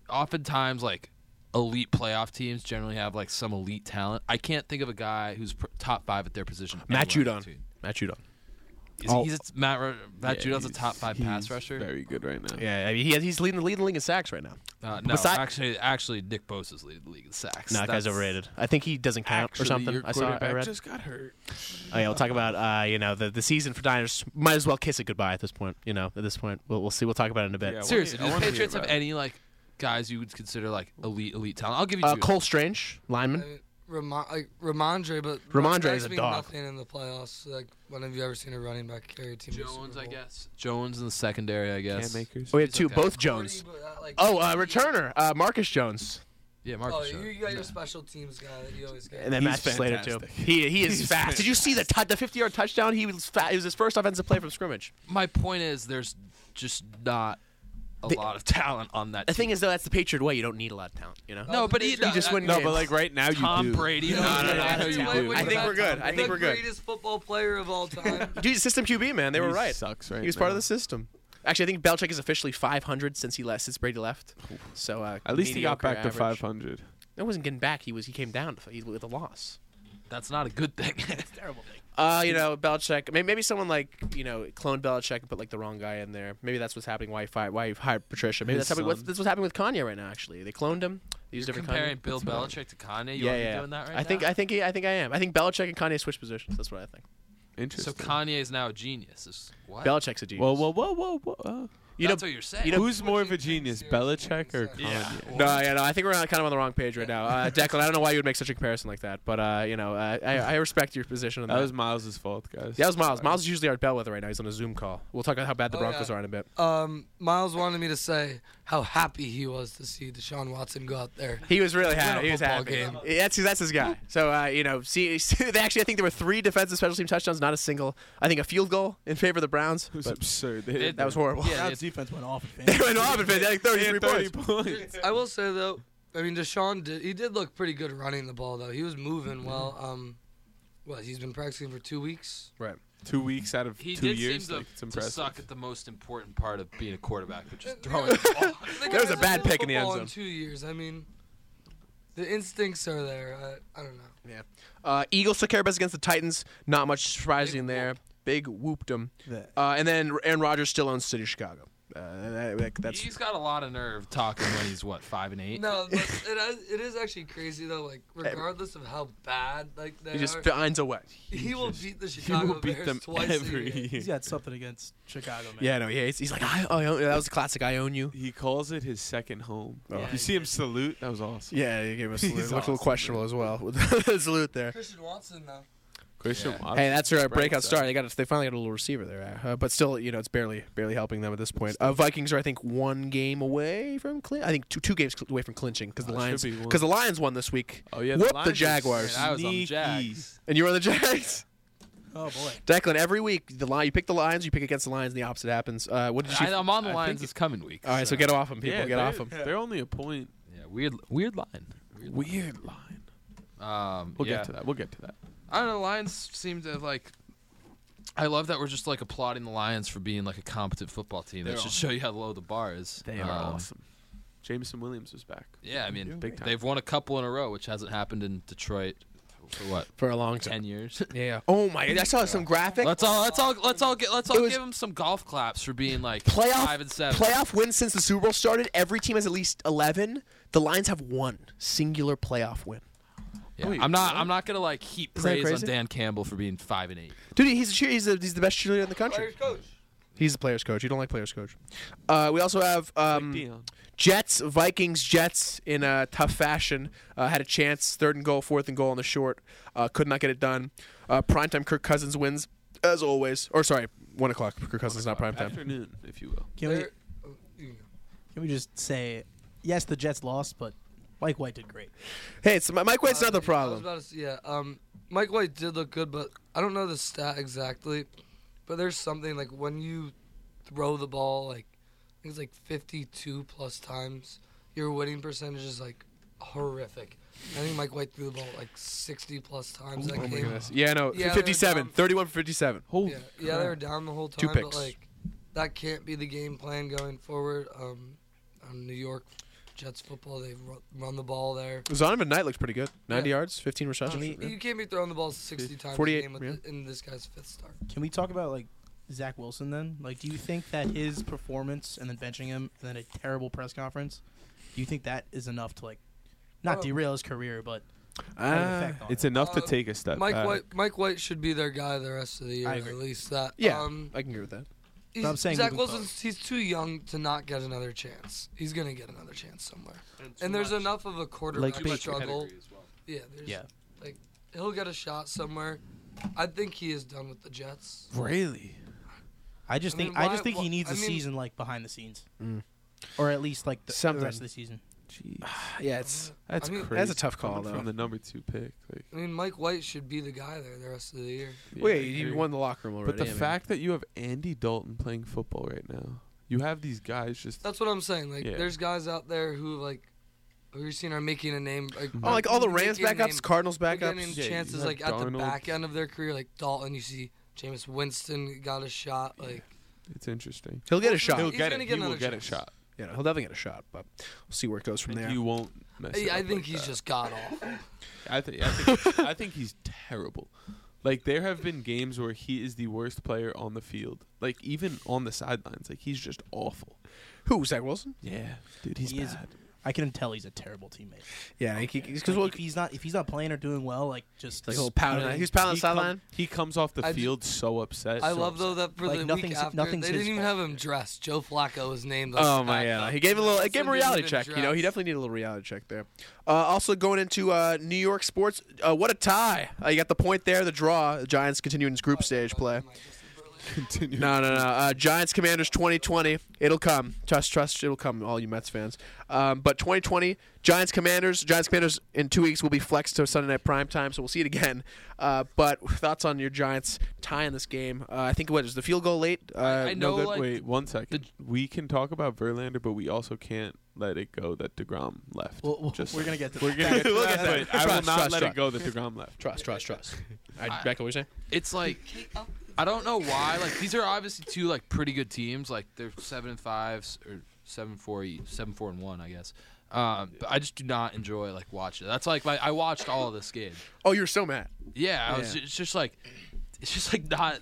oftentimes like elite playoff teams generally have like some elite talent. I can't think of a guy who's pr- top five at their position.
Matt
anywhere.
Judon. Matt Judon.
Is
Oh.
he- He's a, Matt Ru- Matt Judon's a
he's-
top five pass
he's
rusher.
Very good right now.
Yeah, I mean, he has, he's leading the leading the league in sacks right now.
uh, no,
Besi-
actually, actually, Nick Bosa's leading the league in sacks.
No, that guy's
That's-
overrated. I think he doesn't count
Actually,
or something.
Your
I saw. I
quarterback
read.
just got hurt.
Oh, yeah, we'll talk about uh, you know the, the season for Diners. Might as well kiss it goodbye at this point. You know, at this point, we'll, we'll see. We'll talk about it in a bit.
Yeah, well,
Seriously,
I
do the
wanna hear
Patriots have
about it.
any like guys you would consider like elite elite talent? I'll give you
Uh,
two.
Cole Strange, lineman.
I mean, Ramon, uh, like, Ramondre, but
Ramondre
Ramondre's
is a
been
dog.
Nothing in the playoffs. Like, when have you ever seen a running back carry a team? to a Super
Jones, I
Bowl?
guess. Jones in the secondary, I guess.
Cam Akers.
we have two,
okay.
both
Cordy,
Jones.
but that, like,
Oh, uh,
he-
returner, uh, Marcus Jones.
Yeah,
Oh,
Marcus.
you,
Jones.
you got your special teams guy that you always get.
And then
He's
Matt Slater too.
fantastic.
He he is fast. Did you see the tou- the 50 yard touchdown? He was fat. It was his first offensive play from scrimmage.
My point is, there's just not a
The-
lot of talent on that.
The thing
team.
is though, that's the Patriot way. You don't need a lot of talent. You know.
no,
Oh,
but
the
he,
Patriots-
no,
You just
I-
wouldn't
No,
get
but like right now
Tom
you do.
Brady. No,
no, no,
I know
you
you
do.
do.
I think
Tom
we're good.
Brady,
I think
the
we're good.
Greatest football player of all time.
Dude, system QB man, they were
He
right.
Sucks right
He was part of
now.
the system. Actually, I think Belichick is officially 500 since he left, since Brady left. So uh,
At least he got
mediocre
back to
average.
500.
It wasn't getting back. He was he came down to- he- with a loss.
That's not a good thing.
Uh, you know, Belichick. Maybe, maybe someone like you know cloned Belichick and put like the wrong guy in there. Maybe that's what's happening. Why he fired? Why he hired Patricia? Maybe
His
that's happening. What's,
son.
that's what's happening with Kanye right now. Actually, they cloned him. They used different
Comparing
Kanye.
Bill Belichick to Kanye, you
yeah,
wanna be
yeah.
doing that right
I think
now?
I think he, I think I am. I think Belichick and Kanye switched positions. That's what I think.
So
Interesting.
Kanye's now a genius. Is what?
Belichick's a genius.
whoa, whoa, whoa, whoa, whoa. uh,
you know,
That's what you're saying.
you know-
who's
What
more
you
of a
think
genius,
seriously
Belichick or Kanye?
means that-
No, yeah, no. I think we're on, kind of on the wrong page right now. Uh, Declan, I don't know why you would make such a comparison like that, but uh, you know, uh, I, I respect your position on that.
That was Miles's fault, guys.
Yeah, that was Miles. Miles is usually our bellwether right now. He's on a Zoom call. We'll talk about how bad the
Oh,
Broncos
yeah.
are in a bit.
Um, Miles wanted me to say how happy he was to see Deshaun Watson go out there.
He was really happy.
a
He was
football
happy.
game.
Yeah, That's that's his guy. So uh, you know, see, see, they actually I think there were three defensive special team touchdowns, not a single. I think a field goal in favor of the Browns.
It was
but
absurd.
They-
that was horrible.
Yeah,
Crowd's
they-
defense went off. at
they
Vandy.
went off and they had like 33
30
points.
points.
I will say though, I mean Deshaun did he did look pretty good running the ball though. He was moving well. Um, what he's been practicing for two weeks.
two weeks out of
he
two
did
years.
seem
like, it's
to, to
impressive.
suck at the most important part of being a quarterback, which is throwing the ball.
There was a bad pick in the end zone.
Football two years. I mean, the instincts are there. I, I don't know.
Uh, Eagles took care of us against the Titans. Not much surprising there. Big whooped them.
The-
Uh, and then Aaron Rodgers still owns City of Chicago. Uh, that- that- that's
he's got a lot of nerve talking when he's what five and eight.
No, but it, is- it is actually crazy though. Like regardless of how bad like they
he just
are,
finds a way.
he will beat the
He
Chicago
will beat
Bears
them
twice
every
a year.
year.
He's got something against Chicago, man.
Yeah, no, yeah. He's, he's like, I, I own, that was a classic. I own you.
He calls it his second home.
Oh.
you see him salute. That was awesome.
Yeah, he gave us
He's
a little, looked a
awesome.
little questionable as well. with the Salute there.
Christian Watson though.
Christian
Yeah.
Watson
Hey, that's her
spreads
breakout
that.
star. They got they finally got a little receiver there, uh, but still, you know, it's barely barely helping them at this point. Uh, Vikings are I think one game away from clinch. I think two two games cl- away from clinching because the
Oh, it should
Lions
be one.
because the Lions won this week.
Oh yeah,
Whoop the
Lions are
Jaguars.
Man, I was on the
sneaky.
Jags.
And you were on the Jags,
Oh boy.
Declan. Every week, the line you pick the Lions, you pick against the Lions, and the opposite happens. Uh, what did you?
I, I'm on the
I think
lines
he-
this coming week.
All right, so get off them, people.
Yeah,
get off
they're-
them.
They're only a point.
Yeah, weird, weird line. Weird line.
Weird line.
Um,
We'll
yeah.
get to that. We'll get to that.
I don't know. Lions seem to have like. I love that we're just like applauding the Lions for being like a competent football team.
They're
that should show you how low the bar is. Um,
Jameson Williams was back.
Yeah, I mean,
Big time.
they've won a couple in a row, which hasn't happened in Detroit for what
For a long time.
ten years.
Yeah. Oh my! I saw some graphic.
let's all let's all let's all get let's
It
all
was-
give them some golf claps for being like
playoff
five and seven.
playoff wins since the Super Bowl started. Every team has at least eleven. The Lions have one singular playoff win.
Yeah,
Wait,
I'm not
what?
I'm not gonna like heap
Isn't that
praise on
crazy?
Dan Campbell for being five and eight.
Dude, he's a cheer, he's, a, he's the best cheerleader in the country.
Players coach.
He's the players coach. You don't like players coach. Uh, we also have um,
Dion.
Jets, Vikings, Jets in a tough fashion. Uh, had a chance, third and goal, fourth and goal on the short. Uh, could not get it done. Uh, primetime Kirk Cousins wins, as always. Or sorry, one o'clock. Kirk Cousins not primetime.
Afternoon, if you will.
Can we
They're- oh, you can go.
can we just say, yes, the Jets lost, but Mike White did great.
Hey, it's, Mike White's
Uh,
not the
I
problem.
was about to say, yeah, um, Mike White did look good, but I don't know the stat exactly. But there's something like when you throw the ball, like I think it's like 52 plus times, your winning percentage is like horrific. I think Mike White threw the ball like 60 plus times that
Oh my
game.
goodness. Yeah, no,
Yeah, they're
57,
down.
31 for 57.
Holy
Yeah, yeah, they were
crap.
down the whole
Two
time, but
picks.
like that can't be the game plan going forward. Um, on New York Jets football, they run, run the ball there.
Donovan Knight looks pretty good. 90 yards, 15
Um,
receptions.
You can't be throwing the ball 60 times a
48,
game with
yeah.
the- in this guy's fifth start.
Can we talk about like Zach Wilson then? Like, do you think that his performance and then benching him and then a terrible press conference, do you think that is enough to like not
Oh.
derail his career, but have an
Ah.
effect on
It's
it?
enough to
Uh,
take a step
Mike
back.
White, Mike White should be their guy the rest of the year.
I agree.
At least that.
Yeah,
Um,
I can agree with that.
he's,
I'm saying
Zach
moving
Wilson's he's too young to not get another chance. He's gonna get another chance somewhere. And there's enough of a quarterback
Baker.
struggle. Yeah. There's,
Yeah.
Like he'll get a shot somewhere. I think he is done with the Jets.
Really?
I
I
just think
mean,
I
why-
just think
why-
he needs
I
a
mean-
season like behind the scenes,
Mm.
or at least like the, the
Something.
rest of the season.
Jeez.
Yeah, it's
That's
I mean- That's
crazy.
a tough call,
Coming From
though.
the number two pick. Like,
I mean, Mike White should be the guy there the rest of the year.
yeah, I
wait, you
agree.
won the locker room already.
But the
I mean.
fact that you have Andy Dalton playing football right now, you have these guys just.
That's what I'm saying. Like,
Yeah.
there's guys out there who like who you're seeing are making a name. Like,
oh, like all the Rams
making a name
backups, Cardinals
They're getting
backups.
Yeah, you
chances
have
like at the
Darnold.
back end of their career, like Dalton. You see, Jameis Winston got a shot. Like
It's interesting.
He'll get a
He's
He'll
shot.
gonna
get it.
get
he will
another
get a
chance.
shot.
Yeah, he'll definitely get a shot, but we'll see where it goes from
And
there.
You won't mess. it
I, I
up
think
like
he's
that.
just god awful.
I think I think I think he's terrible. Like there have been games where he is the worst player on the field. Like even on the sidelines, like he's just awful.
Who Zach Wilson?
Yeah, dude, he's
He is-
bad.
I can tell he's a terrible teammate.
Yeah, because
Like, if he's not if he's not playing or doing well, like just
He's like pouting.
pouting.
He's pouting on the
He come-
sideline.
He comes off the
I ju-
field so upset.
I love though that for
Like,
the week
nothing's-
after
nothing's
they
his
didn't even
fault.
have him dressed. Joe Flacco was named.
Oh my god, he gave a little. It gave him a reality check. You know, he
definitely.
definitely needed a little reality check there. Uh, also going into uh, New York sports, uh, what a tie! Uh, you got the point there. The draw. The Giants continuing its group stage play.
Continue.
No, no, no. Uh, Giants Commanders 2020. It'll come. Trust, trust. It'll come. All you Mets fans. Um, but 2020 Giants Commanders. Giants Commanders in two weeks will be flexed to Sunday night prime time, so we'll see it again. Uh, but thoughts on your Giants tie in this game? Uh, I think what is the field goal late? Uh,
I know,
no, that,
like,
wait one second. we can talk about Verlander, but we also can't let it go that Degrom left.
Well, well,
Just
we're gonna get to
oh, we're gonna get to
Look at
that,
that.
but I will
Trust,
not
trust,
let
trust.
it go that Degrom left.
Trust, trust, trust. All right, Becca, what you saying?
It's like I don't know why. Like these are obviously two like pretty good teams. Like they're seven and five s- or seven four e- seven four and one, I guess. Um, but I just do not enjoy like watching. it. That's like my I watched all of this game.
Oh, you're so mad.
Yeah, I was
Yeah.
ju- it's just like it's just like not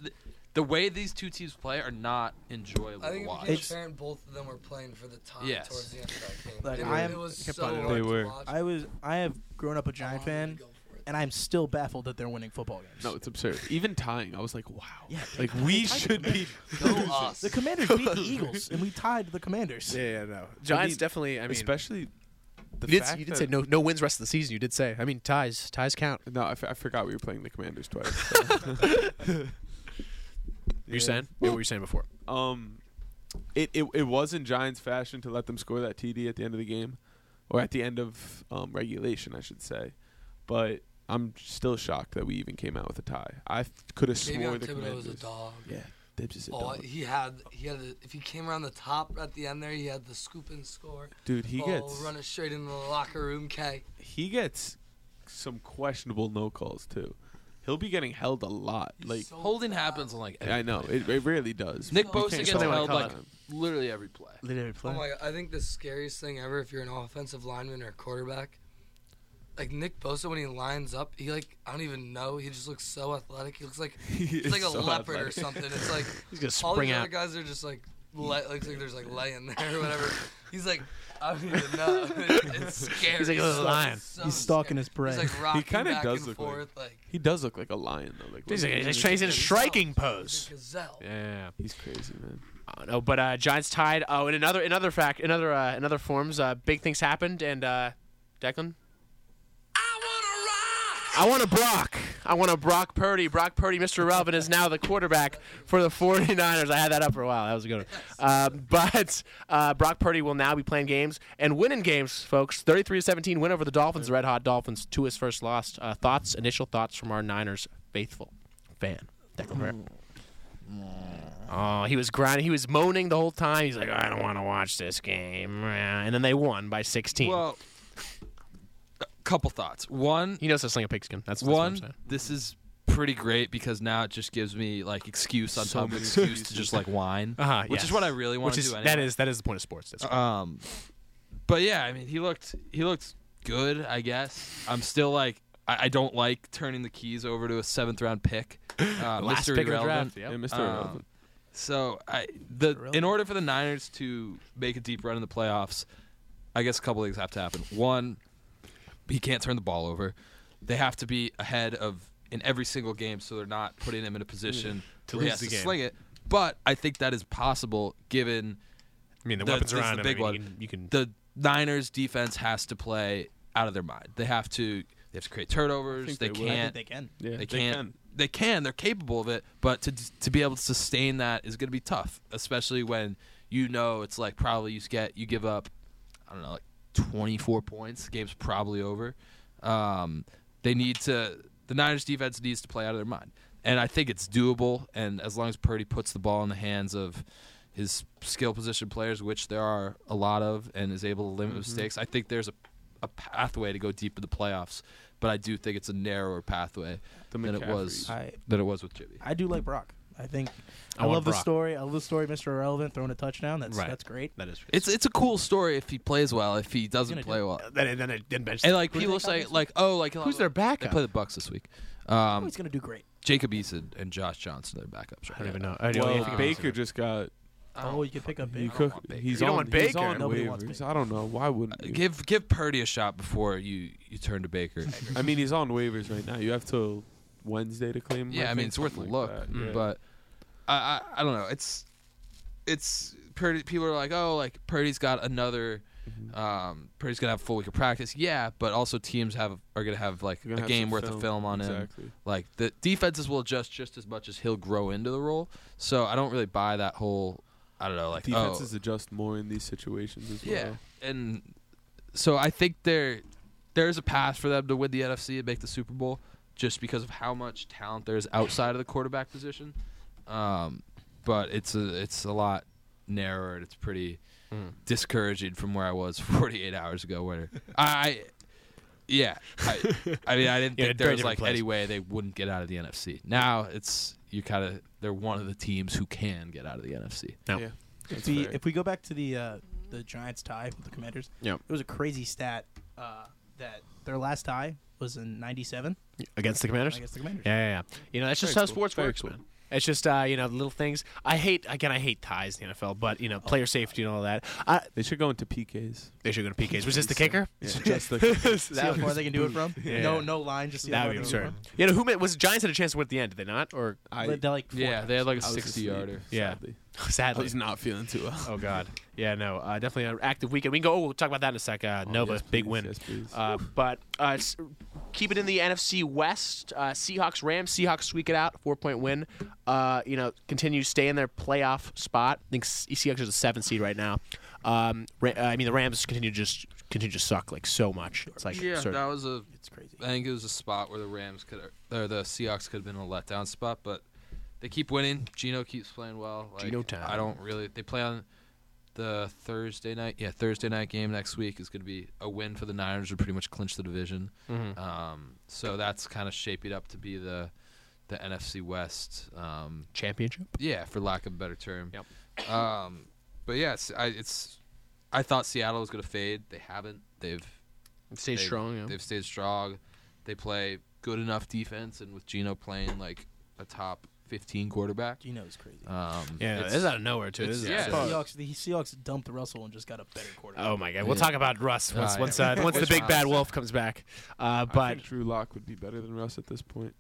the way these two teams play are not enjoyable
I
to
think it
watch.
became apparent both of them were playing for the tie
Yes.
towards the end of that game.
Like,
it,
I am-
it was
kept
so
on it.
hard
They
to
were.
watch.
I was I have grown up a
I
Giant
wanted
fan,
to go for it.
and I'm still baffled that they're winning football games.
No, it's absurd. Even tying, I was like, wow.
Yeah,
like we should be.
Go us.
The Commanders beat the Eagles, and we tied the Commanders.
Yeah, yeah, no. Giants definitely. I mean,
especially the
you did,
fact
you did
that-
say no, no wins rest of the season. You did say. I mean, ties, ties count.
No, I, f- I forgot we were playing the Commanders twice.
You're saying? Yeah, what were you saying before?
um, it, it it was in Giants fashion to let them score that TD at the end of the game, or at the end of um, regulation, I should say. But I'm still shocked that we even came out with a tie. I could have swore
Davion
the
Thibodeau was
Commanders.
a dog.
Yeah, Dibs is a
Oh,
dog.
he had he had a, if he came around the top at the end there, he had the scoop and score.
Dude, he
oh,
gets
run it straight into the locker room. K.
he gets some questionable no calls too. He'll be getting held a lot. Like
So
Holding
bad.
happens on like every,
I know it, it really does.
Nick
You
Bosa
can't
gets
stop
held
that
like
time.
literally every play.
Literally
Oh
play.
my! God. I think the scariest thing ever, if you're an offensive lineman or a quarterback, like Nick Bosa when he lines up, he like I don't even know. He just looks so athletic. He looks like
He
he's like
is
a
so
leopard or
athletic.
something. It's like
He's gonna
all
spring
these other
out.
guys are just like lay, like, like there's like laying there or whatever. He's like I don't even know. It's scary.
He's like a little lion.
so
He's stalking
scary.
his prey.
He's like rocking
kinda
back
does
and
look like-
forth like,
He does look like a lion though. Like
He's,
what do you
like,
mean?
he's, he's in a striking
he's
pose.
a gazelle.
Yeah.
He's crazy, man.
Uh, no, but uh, Giants tied. Oh, and another, another fact, another, uh, another forms. Uh, big things happened, and uh, Declan. I want a Brock. I want a Brock Purdy. Brock Purdy, Mr. Irrelevant, is now the quarterback for the 49ers. I had that up for a while. That was a good one. Um, but uh, Brock Purdy will now be playing games and winning games, folks. 33 17 win over the Dolphins, the Red Hot Dolphins, to his first loss. Uh, thoughts, initial thoughts from our Niners faithful fan, Declan Rare. Oh, he was grinding. He was moaning the whole time. He's like, I don't want to watch this game. And then they won by 16.
Well, a couple thoughts. One,
he knows how to sling a pigskin. That's, that's what I'm
one,
saying.
this is pretty great because now it just gives me like excuse on
So
top of
many
excuse to
excuses.
just like whine,
Uh-huh,
which
yes.
is what I really
Which
want to
is
do. Anyway.
that is that is the point of sports.
Uh,
That's right.
Um, but yeah, I mean, he looked he looked good. I guess I'm still like I, I don't like turning the keys over to a seventh round pick. Uh,
last
Mr.
pick of the
Irrelevant.
draft. Yep.
And Mr.
Um,
Irrelevant.
So I the in order for the Niners to make a deep run in the playoffs, I guess a couple things have to happen. One, he can't turn the ball over. They have to be ahead of in every single game, so they're not putting him in a position
To
where he
lose
has
the
to
game.
sling it. But I think that is possible given
I mean, the,
the-
weapons
this is
around
the
him. I
big
mean,
one.
You can, you can
the Niners defense has to play out of their mind. They have to they have to create turnovers.
think
They,
they will.
I think
can't
they can.
they
Yeah,
can't. They can. They're capable of it, but to to be able to sustain that is going to be tough, especially when you know it's like probably you get you give up, I don't know, like twenty four points. The game's probably over. Um, they need to. The Niners defense needs to play out of their mind, and I think it's doable. And as long as Purdy puts the ball in the hands of his skill position players, which there are a lot of, and is able to limit mistakes, I think there's a a pathway to go deep in the playoffs. But I do think it's a narrower pathway
The
than it was
I
than it was with Jimmy.
I do like Brock. I think
I
I,
want
love the
Brock.
story. I love the story. Mr. Irrelevant throwing a touchdown. That's
Right.
that's great.
that is.
It's it's a cool story if he plays well. If he doesn't
gonna
play
do?
well,
then then it then bench.
and like
Who do they
people
got
say
this
like oh like he'll
who's
have
their
a- They
backup?
play the Bucks this week.
Oh,
Um,
he's gonna do great.
Jacob Eason and Josh Johnson are backups. Right
I don't even
now.
know. I don't know
Well,
anything about
Baker
it.
just got
I don't-
Oh, you could pick up
You
big.
don't
cook.
want Baker.
He's
You don't
on.
want
he's
Baker.
on
Nobody wants
waivers.
Baker.
I don't know. Why wouldn't
Uh,
you?
Give give Purdy a shot before you you turn to Baker.
I mean, he's on waivers right now. You have till Wednesday to claim. him,
yeah, I mean
think,
it's worth a
something
look,
like that. Yeah.
but I, I I don't know. It's it's Purdy. People are like, oh, like Purdy's got another.
Mm-hmm.
Um, Purdy's gonna have a full week of practice. Yeah, but also teams have are gonna have like
You're
a
gonna have
game
some
worth of film on him.
exactly.
Like the defenses will adjust just as much as he'll grow into the role. So I don't really buy that whole. I don't know, like oh,
Defenses adjust more in these situations as well.
Yeah, and so I think there there's a path for them to win the NFC and make the Super Bowl, just because of how much talent there is outside of the quarterback position. Um, but it's a it's a lot narrower. and It's pretty
Hmm.
discouraging from where I was 48 hours ago. Where I, yeah, I, I mean
You're in a
I didn't think there
very
was
different
like
place.
any way they wouldn't get out of the NFC. Now it's you kind of they're one of the teams who can get out of the NFC.
No.
Yeah.
If
That's
we,
fair.
if we go back to the uh, the Giants tie with the Commanders,
Yeah.
it was a crazy stat uh, that their last tie was in '97
against the Commanders.
against the Commanders.
Yeah, yeah, yeah. You know, that's just
Very
how
cool.
sports
Very
works,
cool.
man. It's just uh, you know the little things. I hate again. I hate ties in the NFL, but you know
Oh.
player safety and all that. I,
They should go into PKs.
they should go to PKs. Was this the kicker?
Yeah, just the
See how far they can do it from.
Yeah.
No, no line. Just see how
That
far
would be
they can do it
absurd. You know who ma- was Giants had a chance to win at the end? Did they not? Or
from.
I,
They're like four
Yeah, they had like a
I was
60
asleep,
yarder.
Yeah.
sadly.
sadly,
He's not feeling too well.
Oh God, yeah, no, uh, definitely an active weekend. We can go. Oh, we'll talk about that in a sec. Uh, Nova,
yes,
big
please,
win.
yes, please.
Uh, but uh, s- keep it in the NFC West. Uh, Seahawks, Rams. Seahawks squeak it out, four point win. Uh, you know, continue to stay in their playoff spot. I think S- Seahawks is a seven seed right now. Um, Ra- uh, I mean, the Rams continue to just continue to suck like so much. It's like
yeah,
absurd.
that was a
It's crazy.
I think it was a spot where the Rams could or the Seahawks could have been a letdown spot, but they keep winning. Gino keeps playing well. Like,
Geno time.
I don't really. They play on the Thursday night. Yeah, Thursday night game next week is going to be a win for the Niners would pretty much clinch the division.
Mm-hmm.
Um, so that's kind of shaping up to be the the NFC West. Um,
championship.
yeah, for lack of a better term. Yep. Um, but yeah, it's, I, it's. I thought Seattle was going to fade. They haven't. They've
Stay
They've-
strong. Yeah.
They've stayed strong. They play good enough defense, and with Gino playing like a top 15 quarterback,
Geno's crazy.
um,
Yeah,
it's-
this is out of nowhere too. This
it's-
is
yeah,
the
absurd.
Seahawks, the Seahawks dumped Russell and just got a better quarterback.
Oh my God! We'll
Yeah.
talk about Russ once
Ah, yeah.
once uh, once the
Which
big
Russ?
bad wolf comes back. Uh,
I
but
think Drew Lock would be better than Russ at this point.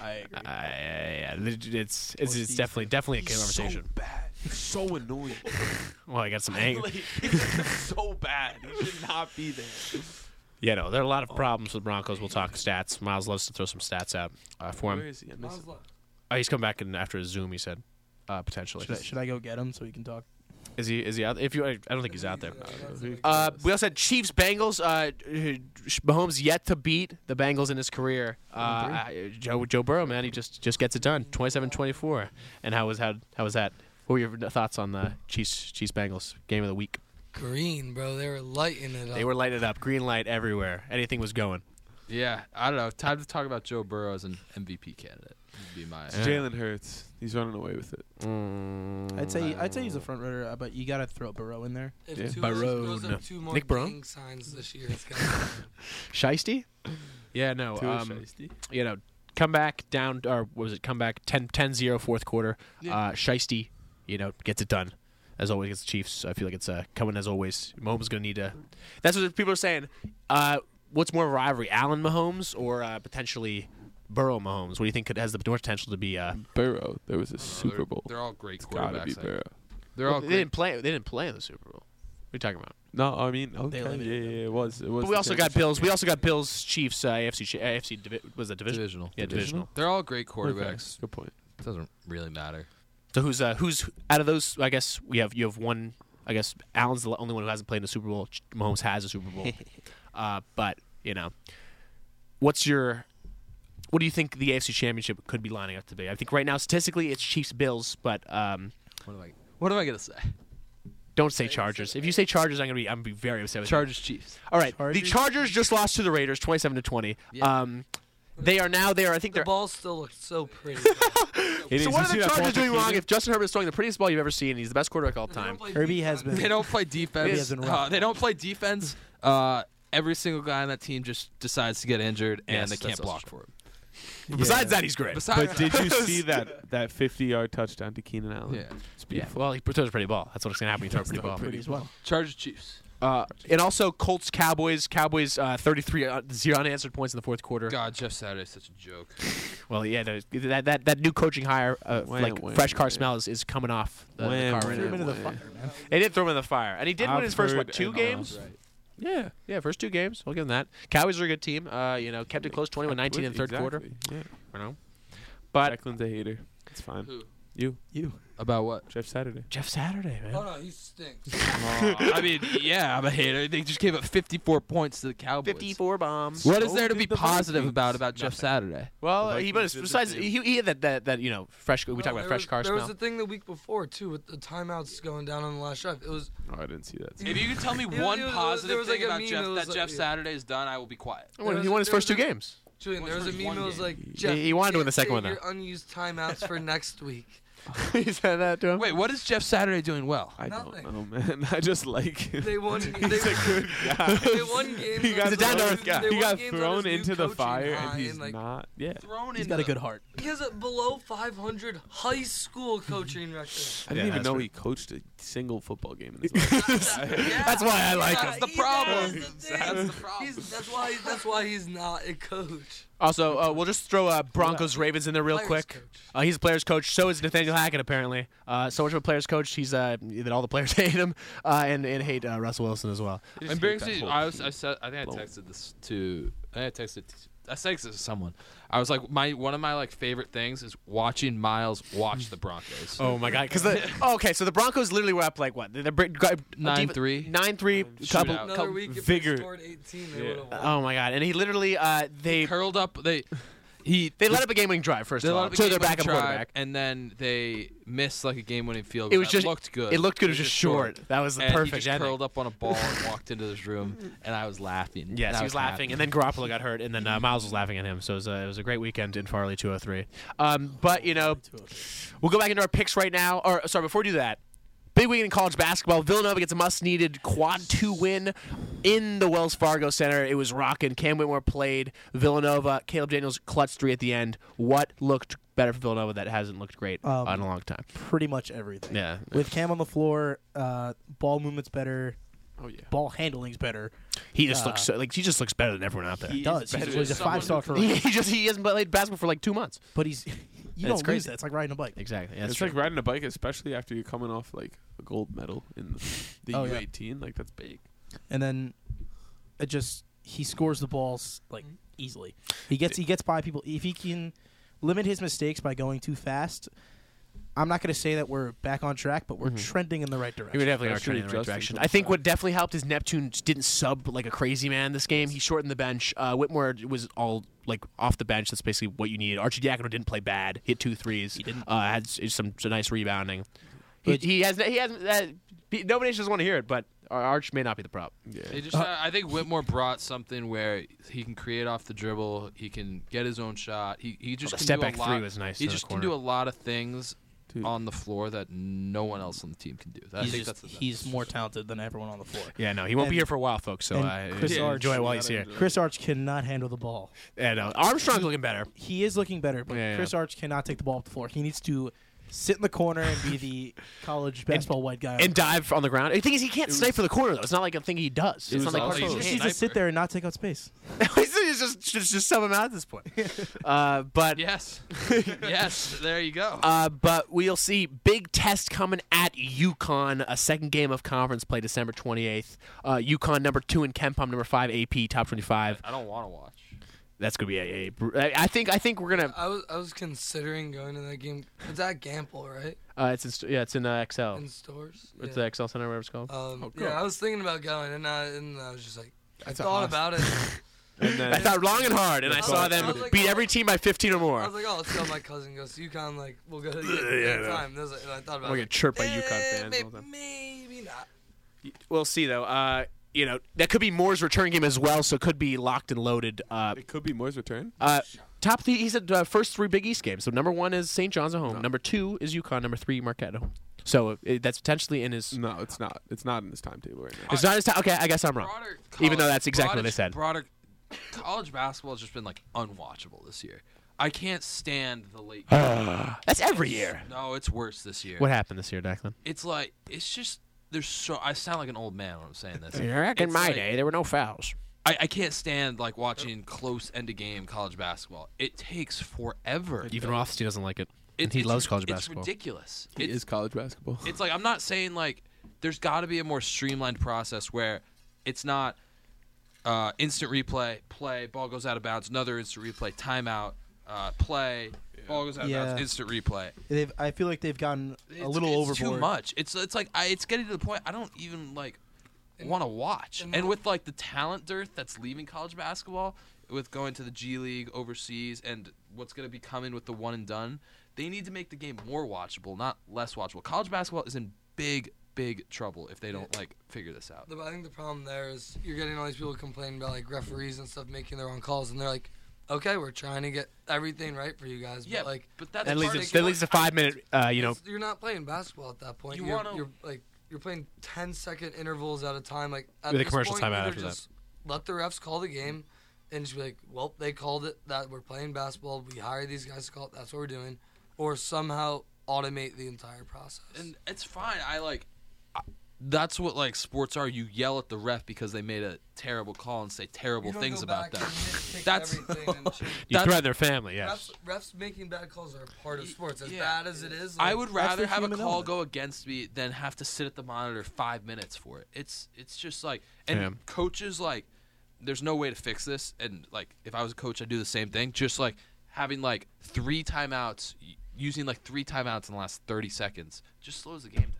I agree.
Uh, yeah, yeah, th- it's it's,
Or
it's
Steve
definitely definitely a
He's so
conversation.
Oh, bad. so annoying.
well, I got some anger.
so bad. He should not be there.
Yeah, no, there are a lot of problems with Broncos. We'll talk stats. Miles loves to throw some stats out uh, for
Where
him.
is he? I miss him.
Oh, he's coming back in after his Zoom. He said uh, potentially.
Should I, should I go get him so we can talk?
Is he is he out? If you, I don't think he's out there.
Who-
Uh, we also had Chiefs Bengals. Uh, Mahomes yet to beat the Bengals in his career. Uh, I- Joe Joe Burrow, man, he just just gets it done. 27-24. And how was how how was that? What were your thoughts on the Chiefs Chiefs Bengals game of the week?
Green, bro. They were lighting it up.
They were lighted up, green light everywhere. Anything was going.
yeah, I don't know. Time to talk about Joe Burrow as an MVP candidate. Would be my
It's Jalen Hurts. He's running away with it.
I'd say I'd say he's a front runner, uh, but you got to throw Burrow in there.
If
Yeah.
two
By
of those
road.
goes up two more
Nick Brown?
gang signs this year. It's gonna
Shiesty? Yeah, no.
Tua
Um,
Shiesty.
you know, come back down, or what was it? Come back 10 10-0 fourth quarter. Uh, Shiesty, you know, gets it done. As always against the Chiefs, I feel like it's uh, coming as always. Mahomes is going to need to. That's what people are saying. Uh, what's more of a rivalry, Allen Mahomes or uh, potentially Burrow Mahomes? What do you think could, has the more potential to be? Uh,
Burrow. There was a
I don't know,
Super
they're-
Bowl.
They're all great
Gotta be
quarterbacks.
Burrow.
they're all
they
great.
didn't play. They didn't play in the Super Bowl. What are you talking about?
No, I mean, okay, yeah,
eliminated
yeah, it was. It was
But we
the
also got
championship.
Bills. We also got Bills, Chiefs, uh, AFC, chi- AFC divi- was that division?
divisional.
Yeah, divisional.
They're all great
Okay,
quarterbacks.
Good point.
It doesn't really matter.
So who's uh, who's out of those? I guess we have you have one. I guess Allen's the only one who hasn't played in a Super Bowl. Ch- Mahomes has a Super Bowl, uh, but you know, what's your what do you think the AFC Championship could be lining up to be? I think right now statistically it's Chiefs Bills, but um,
What am I? What am I gonna say?
don't say Chargers. If you say Chargers, I'm gonna be I'm gonna be very upset with you.
Chargers Chiefs.
All right, the
Chargers?
Chargers just lost to the Raiders, 27 to 20.
Yeah.
Um, they are now there. I think
the
they're
ball still looked so pretty. bro.
So what are the Chargers doing wrong if Justin Herbert is throwing the prettiest ball you've ever seen? He's the best quarterback of all
They don't
time.
play
Herbie has
defense.
They
been-
don't play
He
defense.
hasn't run.
Uh, they don't play defense. Uh, every single guy on that team just decides to get injured, and
Yes,
they
that's
can't
also
block
true.
for him.
Besides that, he's great.
Besides,
But did you see that that 50 yard touchdown to Keenan Allen?
Yeah.
Yeah, well, he throws a pretty ball. That's what's going to happen. when You throw a pretty ball.
pretty as well.
Chargers Chiefs.
Uh, and also Colts Cowboys. Cowboys uh, 33 uh, zero unanswered points in the fourth quarter.
God, Jeff Saturday's such a joke.
Well, yeah, there's- that that, that new coaching hire, uh,
Wham,
like
wham,
fresh car
wham.
smell, is, is coming off the, the
Wham,
car.
wham,
right now.
wham.
They did throw him in the fire, and he did win
I've
his first what
heard
oh,
two
and
games. Yeah, yeah, first two games. We'll give him that. Cowboys are a good team. Uh, you know, kept it close, 21-19 in the third quarter.
Yeah.
You know, but
Declan's a hater. It's fine.
Who?
You,
You.
About what?
Jeff Saturday.
Jeff Saturday, man.
Oh no, he stinks.
I mean, yeah, I'm a hater. They just gave up 54 points to the Cowboys.
54 bombs.
What is
So
there to
did
be
the
positive
Vikings.
about about Jeff Saturday?
Well,
The
he
Vikings
but
did the
besides
same.
he, he had that, that that you know fresh. We talk about fresh car
Oh, There
smell.
was a thing the week before too with the timeouts going down on the last drive. It was
Oh, I didn't see that.
If you could tell me
It was-
one
it was- there
positive
was
thing
like a
about
meme,
Jeff
it was
that
like-
Jeff
yeah.
Saturday is done, I will be quiet.
Well, he
there was-
won his
there
first two
was a-
games.
Julian.
What's
There was a
his
meme
one
that was
game?
like Jeff.
he wanted to win
can't
the second
save
one, though.
Your unused timeouts for next week.
he said that to him.
Wait, what is Jeff Saturday doing well?
I
Nothing.
don't know, man. I just like him.
They won. They,
good guy.
they won games.
He got
He's a down-to-earth
they
guy.
won
He
games on
got
his
thrown
new
into the
coaching
fire,
high
and he's
like,
not. Yeah,
Thrown
He's
in
got a
the-
good heart.
He has a below 500 high school coaching record.
I didn't even
that's
know
right.
he coached a single football game in his life.
That's why I like him.
That's the problem.
That's the,
That's
problem.
the problem.
that's why. That's why he's not a coach.
Also, uh, we'll just throw uh, Broncos Ravens in there real
Players
quick.
coach.
Uh, he's a players coach. So is Nathaniel Hackett apparently. Uh, so much of a players coach. He's uh, that all the players hate him uh, and and hate uh, Russell Wilson as well.
I just
I'm
hate
very
that
serious.
whole
I was.
team.
I said. I think I
Blown.
texted this to. I think I texted. I texted this to someone. I was like, my one of my like favorite things is watching Miles watch the Broncos.
Oh my God! Because the oh, okay, so the Broncos literally were up like what? They're,
Nine, three.
nine three. Couple.
Shootout.
Another week, if they
vigor.
scored 18, they would have won.
Oh my God! And he literally uh, they
curled up. They he
they let up a game winning drive first
They
of
let
all
up a
to their
game-winning
backup
try,
quarterback.
and then they missed like a game-winning field.
It
goal
was
that
just
looked good.
It looked good. It was just short. That was the
and
perfect
He just
ending.
curled up on a ball and walked into this room, and I was laughing. and
Yes,
I
he was laughing, and then Garoppolo got hurt, and then uh, Miles was laughing at him. So it was, a, it was a great weekend in Farley 203. Um, but you know, we'll go back into our picks right now. Or sorry, before we do that, big weekend in college basketball. Villanova gets a must-needed quad two win in the Wells Fargo Center. It was rocking. Cam Whitmore played Villanova. Caleb Daniels clutch three at the end. What looked better for Villanova that hasn't looked great
Um,
in a long time?
Pretty much everything.
Yeah.
With Cam on the floor, uh, ball movement's better,
Oh yeah.
ball handling's better.
He just
uh,
looks so, like he just looks better than everyone out there.
He
He,
does.
better
He's,
than
he's a
someone
five star for
just he hasn't played basketball for like two months.
but he's you don't lose
crazy.
that. It's like riding a bike.
Exactly.
it's like riding a bike, especially after you're coming off like a gold medal in the,
Oh, yeah.
U18. Like that's big.
And then it just he scores the balls like easily. He gets he gets by people if he can limit his mistakes by going too fast. I'm not going to say that we're back on track, but
Mm-hmm.
we're trending in the right
We were
direction.
definitely are
That's
trending in
really
the right direction.
Justin Fields'
I think what
side.
definitely helped is Neptune just didn't sub like a crazy man this game. He shortened the bench. Uh, Whitmore was all like off the bench. That's basically what you needed. Archie Diacono didn't play bad. Hit two threes. He didn't. Uh, had s- some, some nice rebounding. He,
But-
he has he has uh, he- nobody just want to hear it, but Ar- Arch may not be the prop.
Yeah.
They just, I think Whitmore brought something where he can create off the dribble. He can get his own shot. He he just
the
can
step
do
back
a
three
lot.
was nice
He
in the
just can
corner.
do a lot of things
Dude.
on the floor that no one else on the team can do. That, I
He's,
think
just,
that's the
he's more talented than everyone on the floor.
Yeah, no, he won't be
And-
here for a while, folks. So
and
uh,
Chris
yeah,
Arch-
enjoy it while he's here.
Chris Arch cannot handle the ball.
Yeah, no, uh, Armstrong's looking better.
He is looking better, but
Yeah, yeah.
Chris Arch cannot take the ball up the floor. He needs to sit in the corner and be the college basketball white guy. on
And
the
dive on the ground. The thing is, he can't snipe for the corner though. It's not like a thing he does. It's
was
not like
also-
part of his
court.
He's
He
a
just
game.
needs to sit
sniper.
there and not take up space.
He's just, just just sub him out at this point. Uh, but
Yes, yes. There you go.
Uh, but we'll see big test coming at UConn, a second game of conference play December 28th. Uh, UConn number two and Kempom number five AP top 25.
I don't want to watch.
That's gonna be a. a br- I I think I think we're gonna.
I was I was considering going to that game. It's at Gamble, right?
Uh, it's in, st- yeah, it's in uh, XL.
In stores.
It's
yeah.
the XL Center, whatever it's called.
Um,
Oh, cool.
yeah, I was thinking about going, and I and I was just like,
That's
I
a
thought
hosp-
about it.
And then
I thought long and hard, and I
That's
saw
all-
them
I was like,
beat
oh.
every team by 15 or
I
more.
was like, oh, let's go. My cousin goes to UConn. Like, we'll go to
yeah,
the
no.
yeah, time. There's a- and I thought about
We'll
it.
get chirped by
eh,
UConn fans
may-
all the time.
Maybe not.
We'll see though. Uh, you know that could be Moore's return game as well, so it could be locked and loaded. Uh,
it could be Moore's return.
Uh, top three, he said uh, first three Big East games. So number one is St. John's at home. Number two is UConn. Number three Marquette at home. So uh, it, that's potentially in his.
No, it's not. It's not in this timetable right now.
It's not his time. Okay, I guess I'm wrong.
broader
Even though
college-
that's exactly what
broader-
they said.
Broader college basketball has just been like unwatchable this year. I can't stand the late.
That's every year.
No, it's worse this year.
What happened this year, Declan?
It's like it's just there's so I sound like an old man when I'm saying this.
In
It's
my
like-
day, there were no fouls.
I, I can't stand like watching close end of game college basketball. It takes forever.
Even Rothstein doesn't like it.
It-
and he
it's
loves
ri-
college
it's
basketball.
ridiculous.
It
It's,
is college basketball.
it's like I'm not saying like there's got to be a more streamlined process where it's not uh, instant replay, play, ball goes out of bounds, another instant replay, timeout, uh, play, ball goes out of
Yeah.
bounds, instant replay.
They've, I feel like they've gotten
It's-
a little
it's
overboard.
Too much. It's it's like I, it's getting to the point I don't even like want to watch.
and-
And, with like the talent dearth that's leaving college basketball, with going to the G League overseas, and what's going to be coming with the one and done, they need to make the game more watchable, not less watchable. College basketball is in big big trouble if they don't like figure this out.
The, I think the problem there is you're getting all these people complaining about like referees and stuff making their own calls, and they're like, "Okay, we're trying to get everything right for you guys." But,
yeah,
like
but that's
That
It's
leads,
hard
to,
to
that
get-
leads to five minute, uh, you know,
it's- you're not playing basketball at that point.
You
You are
wanna-
you're like you're playing 10 second intervals at a time. Like at
With a
this
commercial
point,
timeout
either
after that.
just Let the refs call the game, and just be like, "Well, they called it. That we're playing basketball. We hired these guys to call it. That's what we're doing." Or somehow automate the entire process.
and it's fine. I like. I- That's what like sports are. You yell at the ref because they made a terrible call and say terrible
You don't
things
go
about
back
them.
and nitpick
That's-
everything and change.
you
that's-
threaten their family. Yeah.
refs, refs making bad calls are a part of
Y-
sports. As
yeah.
bad as it is,
I
like,
would
That's
rather
the
have a
human
call
element.
go against me than have to sit at the monitor five minutes for it. It's it's just like and
Damn.
coaches like there's no way to fix this. And like if I was a coach, I'd do the same thing. Just like having like three timeouts, y- using like three timeouts in the last thirty seconds, just slows the game down.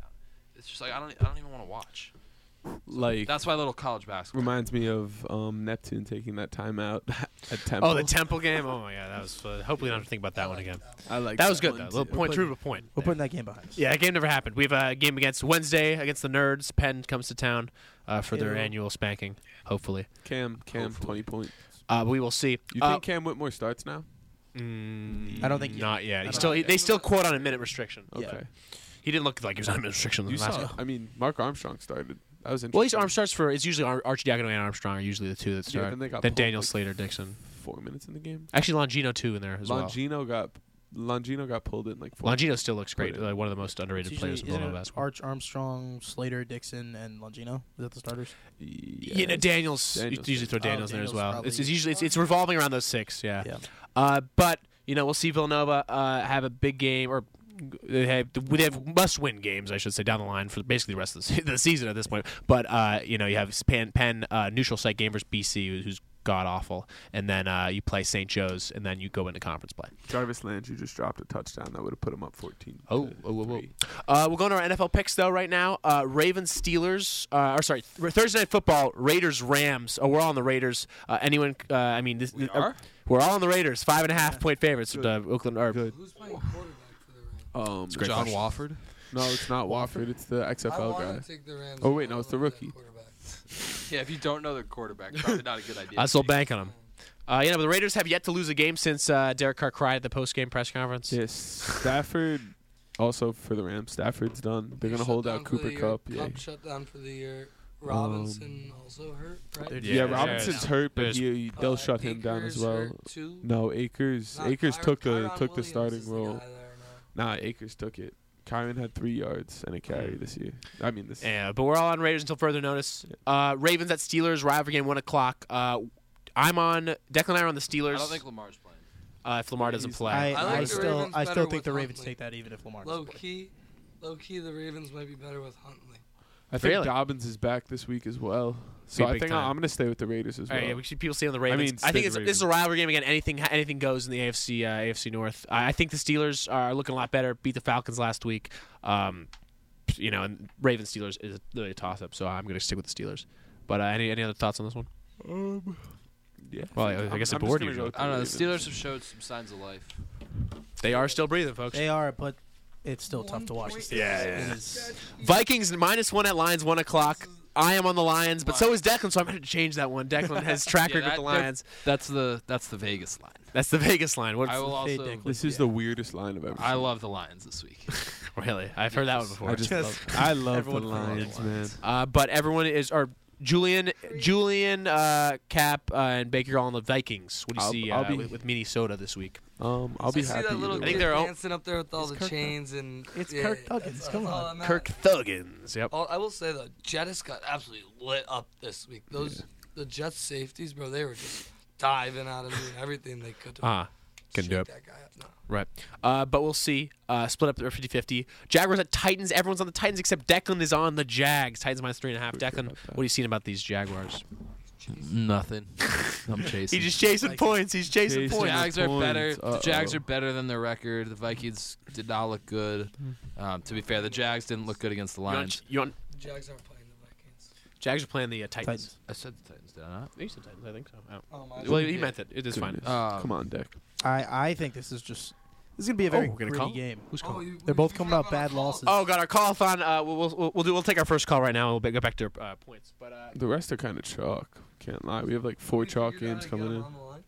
It's just like I don't I don't even want to watch.
like
That's why I little college basketball.
reminds me of um, Neptune taking that timeout at Temple.
Oh, the Temple game. Oh my God, that was. Fun. Hopefully, I don't have to think about that one again.
I like
That was good
one
though.
too.
Little point
We're
through to point.
We're putting that game behind us.
Yeah, that game never happened. We have a game against Wednesday against the Nerds. Penn comes to town uh, for their
Ew.
annual spanking. Hopefully,
Cam, Cam,
Hopefully.
twenty points.
uh, we will see.
You
Uh,
think Cam Whitmore starts now?
mm,
I don't think yet.
not yet.
don't
He still
think
he- they still quote on a minute restriction.
Yeah.
Okay.
He didn't look like he was on a minute restriction.
You
the last
saw.
game.
I mean, Mark Armstrong started. That was interesting.
Well, at least Arm starts for. It's usually Ar- Archdiacono and Armstrong are usually the two that
Yeah,
start.
then they got
then
pulled,
Daniel
like,
Slater Dixon.
Four minutes in the game.
Actually, Longino too in there as
Longino got Longino got pulled in like four.
well. Longino still looks great.
Put it-
Like one of the most
It's
underrated
usually-
players in
isn't
Villanova
it
basketball.
Arch Armstrong, Slater, Dixon, and Longino. Is that the starters?
Yeah.
Yeah, no, Daniels,
Daniels,
you usually throw
Oh,
Daniels in there as
Daniels
well.
probably-
It's, it's usually it's, it's revolving around those six. Yeah.
Yeah.
Uh, but you know we'll see Villanova uh, have a big game or they have they have must win games I should say down the line for basically the rest of the, se- the season at this point. But uh, you know you have Penn, Penn uh, neutral site game versus BC who's god awful, and then uh, you play St. Joe's and then you go into conference play.
Jarvis Land, you just dropped a touchdown that would have put him up fourteen.
Oh,
to
oh, whoa, whoa.
three.
Uh, we're going to our NFL picks though right now. Uh, Ravens, Steelers, uh, or sorry, th- Thursday Night Football, Raiders, Rams. Oh, we're all on the Raiders. Uh, anyone? Uh, I mean, this,
We
uh,
are?
we're all on the Raiders. Five and a half point favorites. Uh, Oakland. Or,
Good.
who's playing quarterback for the Rams?
Um,
great
John
question.
Wofford.
no, it's not Wofford. It's the
I
XFL guy.
want to take the Rams.
Oh, wait,
but
no,
I
it's the
love that
rookie.
quarterback.
Yeah, if you don't know the quarterback, probably not a good idea.
I still bank on them. Uh, you know, but the Raiders have yet to lose a game since uh, Derek Carr cried at the post-game press conference.
Yes, Stafford. Also for the Rams, Stafford's done. They're
They
gonna
shut
hold
down
out
for the
Cooper
year.
Cup. Yeah, Um,
Cup shut down for the year. Robinson also hurt, right?
Yeah,
yeah,
yeah,
Robinson's
yeah.
hurt, but
There's-
he, they'll
Uh,
shut him down as
Akers
well.
hurt too.
No, Akers.
Not
Akers
Kyron-
took the
Kyron
took the
Williams
starting
is the
role.
guy there now.
Nah, Akers took it. Kyron had three yards and a
Hmm.
carry this year. I mean, this
Yeah, but we're all on Raiders until further notice. Uh, Ravens at Steelers, rivalry game, one o'clock. Uh, I'm on Declan. and I are on the Steelers.
I don't think Lamar's playing.
uh, if Lamar doesn't
He's-
play,
I,
I like
I
the
still,
Ravens
I
better
still think
with
the Ravens
Huntley.
take that even if Lamar.
Low key, low key, the Ravens might be better with Huntley.
I think
Really?
Dobbins is back this week as well. So
Big,
I
big
think
time.
I'm gonna stay with the Raiders as
All
well.
right, yeah, we should people stay on the Ravens. I,
mean, stay
think
the
it's, this is a rivalry game again. Anything anything goes in the AFC uh, AFC North. I I think the Steelers are looking a lot better. Beat the Falcons last week. Um, you know, and Ravens Steelers is really a toss up. So I'm going to stick with the Steelers. But uh, any any other thoughts on this one?
yeah.
Well, I- I
think- I'm,
guess the
I'm just
board
gonna
usually-
go with
I don't know. The
Ravens.
Steelers have showed some signs of life.
They are still breathing, folks.
They are, but it's still tough
One
to watch.
point-
This
Yeah,
season.
yeah.
It is-
Vikings minus one at Lions, one o'clock. I am on the Lions, but so is Declan, so I'm going to change that one. Declan has track
Yeah,
record with
that-
the
that-
Lions.
That's the that's the Vegas line.
That's the Vegas line. What's
I will
Hey,
also.
Dick.
This is
Yeah.
the weirdest line I've ever.
I
seen.
love the Lions this week.
really? I've heard that one before.
I just love. I love the
everyone loves
Lions,
the
man.
Lions.
Uh, but everyone is, or
Julian, Julian, uh, Cap, uh, and Baker all on the Vikings. What do you
I'll-
see
I'll
uh,
be-
with, with Minnesota this week?
Um, I'll be
I see
happy.
that
I
little
either
think
way.
kid
they're all-
dancing up there with all
It's
the
Kirk Dug-
chains and
It's
yeah,
Kirk Duggins,
that's-
come
that's all
on.
I'm at.
Uh, Kirk Thuggins. Yep.
All- I will say though, Jettis got absolutely lit up this week. Those the Jets safeties, bro, they were just diving out and doing everything they could. To
Ah, couldn't
shake
do it.
That guy up. No.
Right. Uh, but we'll see. Uh, split up 50 50. Jaguars at Titans. Everyone's on the Titans except Declan is on the Jags. Titans minus three and a half. Declan, what are you seeing about these Jaguars?
Nothing. I'm chasing.
He's just chasing points. He's chasing
Jason
points.
Jags are better.
points.
The Jags
Uh-oh.
are better than their record. The Vikings did not look good. Um, to be fair, the Jags didn't look good against the
You want-
Lions.
you want-
Jags aren't playing the Vikings.
Jags are playing the uh, Titans.
Titans.
I said the Titans did I not.
You said Titans, I think so. I don't-
Oh my.
Well, he meant it. It is fine.
Goodness.
Um,
Come on, Dick.
I I think this is just this is gonna be a very
Oh, we're gonna
gritty
call?
game.
Who's
Oh,
calling?
you-
They're
we
both
forgot
coming off
about our
bad
call.
losses.
Oh, God, our call-a-thon. Uh, we'll, we'll, we'll, do, we'll take our first call right now. We'll get back to uh, points. But uh,
The rest are kind of chalk. Can't lie. We have like four
We
chalk
figured out
games
how to get
coming in.
them on the line.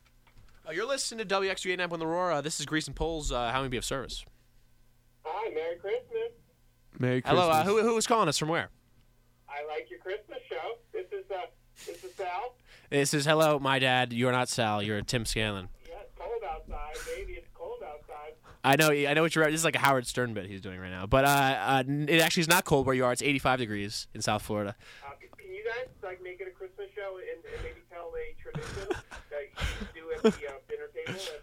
uh, you're listening to WXUA 91 The Roar. Uh, this is Grease and Poles. Uh, how may be of service?
Hi, Merry Christmas.
Merry Christmas.
Hello, uh, who, who is calling us from where?
I like your Christmas show. This is uh, this is Sal.
This is, hello, my dad. You're not Sal. You're Tim Scanlon.
Yeah, it's cold outside. Baby, it's cold outside.
I know, I know what you're. This is like a Howard Stern bit he's doing right now. But uh, uh, it actually is not cold where you are. It's 85 degrees in South Florida.
Uh, can you guys like make it a Christmas show and, and maybe tell a tradition that you do at the uh, dinner table at, at Christmas?